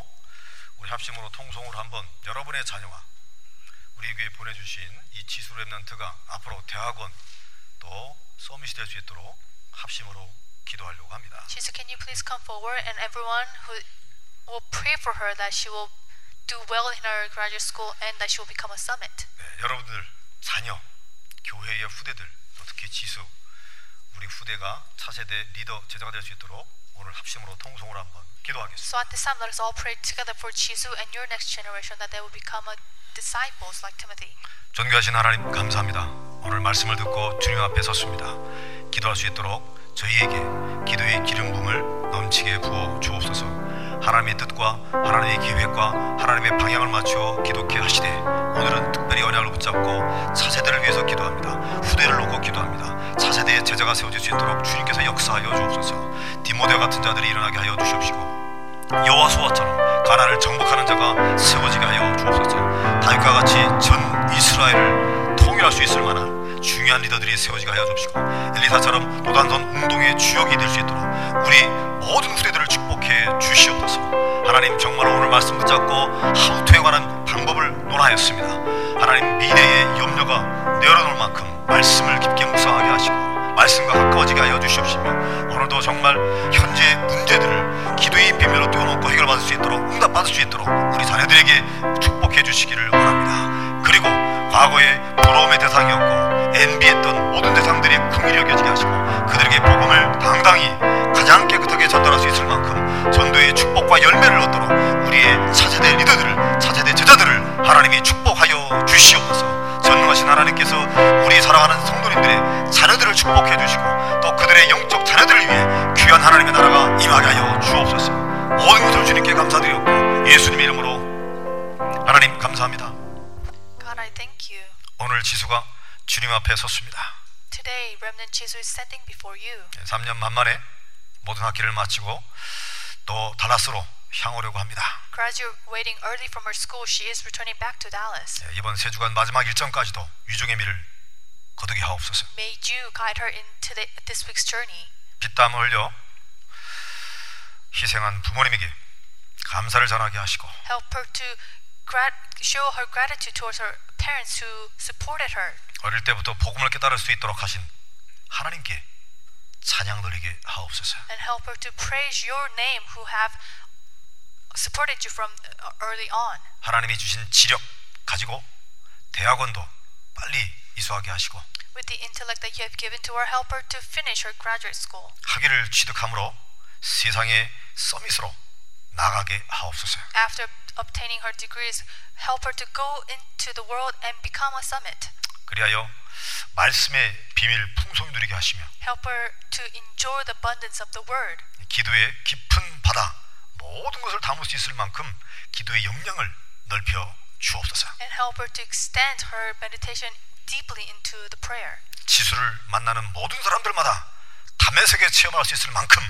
Speaker 1: 우리 합심으로 통성으로 한번 여러분의 자녀와 우리 교회 보내주신 이 지수 랩런트가 앞으로 대학원 또 서밋이 될 수 있도록 합심으로 기도하려고 합니다.
Speaker 2: Jesus, can you please come forward and everyone who will pray for her that she will do well in her graduate school and that she will become a summit.
Speaker 1: 네, 여러분들 자녀, 교회의 후대들 또 특히 지수 우리 후대가 차세대 리더 제자가 될 수 있도록 오늘 합심으로 통성으로 한번 기도하겠습니다.
Speaker 2: So at this time, let us all pray together for Jesus and your next generation that they will become a disciples like Timothy.
Speaker 1: 존귀하신 하나님 감사합니다. 오늘 말씀을 듣고 주님 앞에 섰습니다. 기도할 수 있도록 저희에게 기도의 기름 부음을 넘치게 부어 주옵소서. 하나님의 뜻과 하나님의 계획과 하나님의 방향을 맞추어 기도케 하시되 오늘은 특별히 언약을 붙잡고 차세대를 위해서 기도합니다. 후대를 놓고 기도합니다. 차세대의 제자가 세워질 수 있도록 주님께서 역사하여 주옵소서. 디모데 같은 자들이 일어나게 하여 주시옵시고 여호수아처럼 가나를 정복하는 자가 세워지게 하여 주옵소서. 다윗과 같이 전 이스라엘을 통일할 수 있을 만한 중요한 리더들이 세워지게 하여 주옵시고 엘리사처럼 노단선 운동의 주역이 될 수 있도록 우리 모든 후대들을 축복해 주시옵소서. 하나님 정말 오늘 말씀 붙잡고 하우투에 관한 방법을 논하였습니다. 하나님 미래의 염려가 내려놓을 만큼 말씀을 깊게 묵상하게 하시고 말씀과 가까워지게 하여 주시옵시며 오늘도 정말 현재의 문제들을 기도의 비밀로 띄워놓고 해결받을 수 있도록 응답받을 수 있도록 우리 자녀들에게 축복해 주시기를 원합니다 그리고 과거에 부러움의 대상이었고 envy했던 모든 대상들이 긍휼히 여겨지게 하시고 그들에게 복음을 당당히 가장 깨끗하게 전달할 수 있을 만큼 전도의 축복과 열매를 얻도록 우리의 차세대 리더들을 차세대 제자들을 하나님이 축복하여 주시옵소서 전능하신 하나님께서 우리 사랑하는 성도님들의 자녀들을 축복해 주시고 또 그들의 영적 자녀들을 위해 귀한 하나님의 나라가 임하게 하여 주옵소서 모든 것을 주님께 감사드리옵고 예수님의 이름으로 하나님 감사합니다
Speaker 2: God, I thank you.
Speaker 1: 오늘 지수가 주님 앞에 섰습니다 예,
Speaker 2: Today, Remnant Jesus is standing before you.
Speaker 1: 3년 반 만에 모든 학기를 마치고 또 달라스로 향하려고 합니다
Speaker 2: Graduating early from her school, she is returning back to Dallas.
Speaker 1: 예, 이번 세 주간 마지막 일정까지도 위중의 미를 거두게 하옵소서
Speaker 2: May you guide her in today, this week's journey.
Speaker 1: 빗땀 흘려 희생한 부모님에게 감사를 전하게 하시고
Speaker 2: Help her to grat- show her gratitude towards her parents who supported her.
Speaker 1: 어릴 때부터 복음을 깨달을 수 있도록 하신 하나님께 찬양 드리게 하옵소서.
Speaker 2: And help her to praise your name who have supported you from uh, early on.
Speaker 1: 하나님이 주신 지력 가지고 대학원도 빨리 이수하게 하시고
Speaker 2: With the intellect that you have given to her, help her to finish her graduate school.
Speaker 1: 학위를 취득함으로 세상의 서밋으로 나가게 하옵소서.
Speaker 2: After obtaining her degrees, help her to go into the world and become a summit.
Speaker 1: 그리하여 말씀의 비밀 풍성히 누리게 하시며
Speaker 2: Help her to enjoy the abundance of the word.
Speaker 1: 기도의 깊은 바다 모든 것을 담을 수 있을 만큼 기도의 역량을 넓혀 주옵소서.
Speaker 2: and help her to extend her meditation deeply into the prayer.
Speaker 1: 지수를 만나는 모든 사람들마다 담의 세계 체험할 수 있을 만큼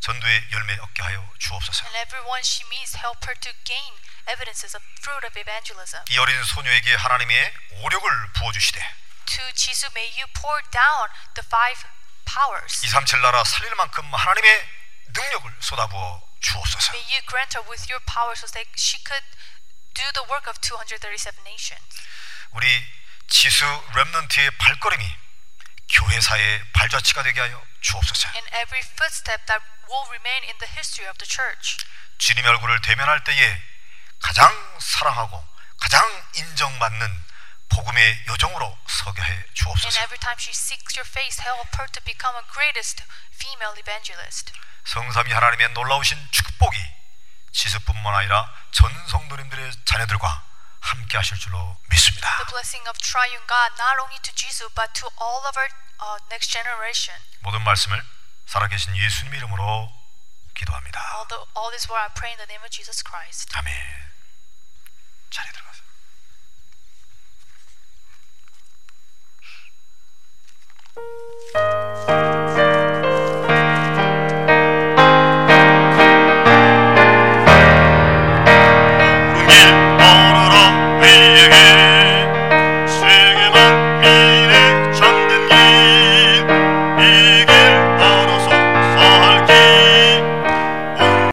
Speaker 1: 전도의 열매 얻게 하여 주옵소서.
Speaker 2: And everyone she meets, help her to gain evidences of fruit of evangelism.
Speaker 1: 이 어린 소녀에게 하나님의 오력을 부어 주시되
Speaker 2: To Jesus, may you pour down the five powers.
Speaker 1: 237 나라 살릴 만큼 하나님의 능력을 쏟아부어 주옵소서.
Speaker 2: May you grant her with your power so that she could do the work of 237 nations.
Speaker 1: 우리 지수 랩런트의 발걸음이 교회사의 발자취가 되게 하여 주옵소서.
Speaker 2: In every footstep that will remain in the history of the church.
Speaker 1: 주님의 얼굴을 대면할 때에 가장 사랑하고 가장 인정받는 복음의 요정으로 서게 해
Speaker 2: And
Speaker 1: 주옵소서.
Speaker 2: every time she seeks your face, help her to become a greatest female evangelist.
Speaker 1: 성삼위 하나님의 놀라우신 축복이 지수뿐만 아니라 전 성도님들의 자녀들과 함께 하실 줄로 믿습니다.
Speaker 2: The blessing of triune God, not only to Jesus, but to all of our uh, next generation.
Speaker 1: 모든 말씀을 살아계신 예수님 이름으로 기도합니다.
Speaker 2: Although all this while I pray in the name of Jesus Christ.
Speaker 1: 아멘. 자리 들어가세요.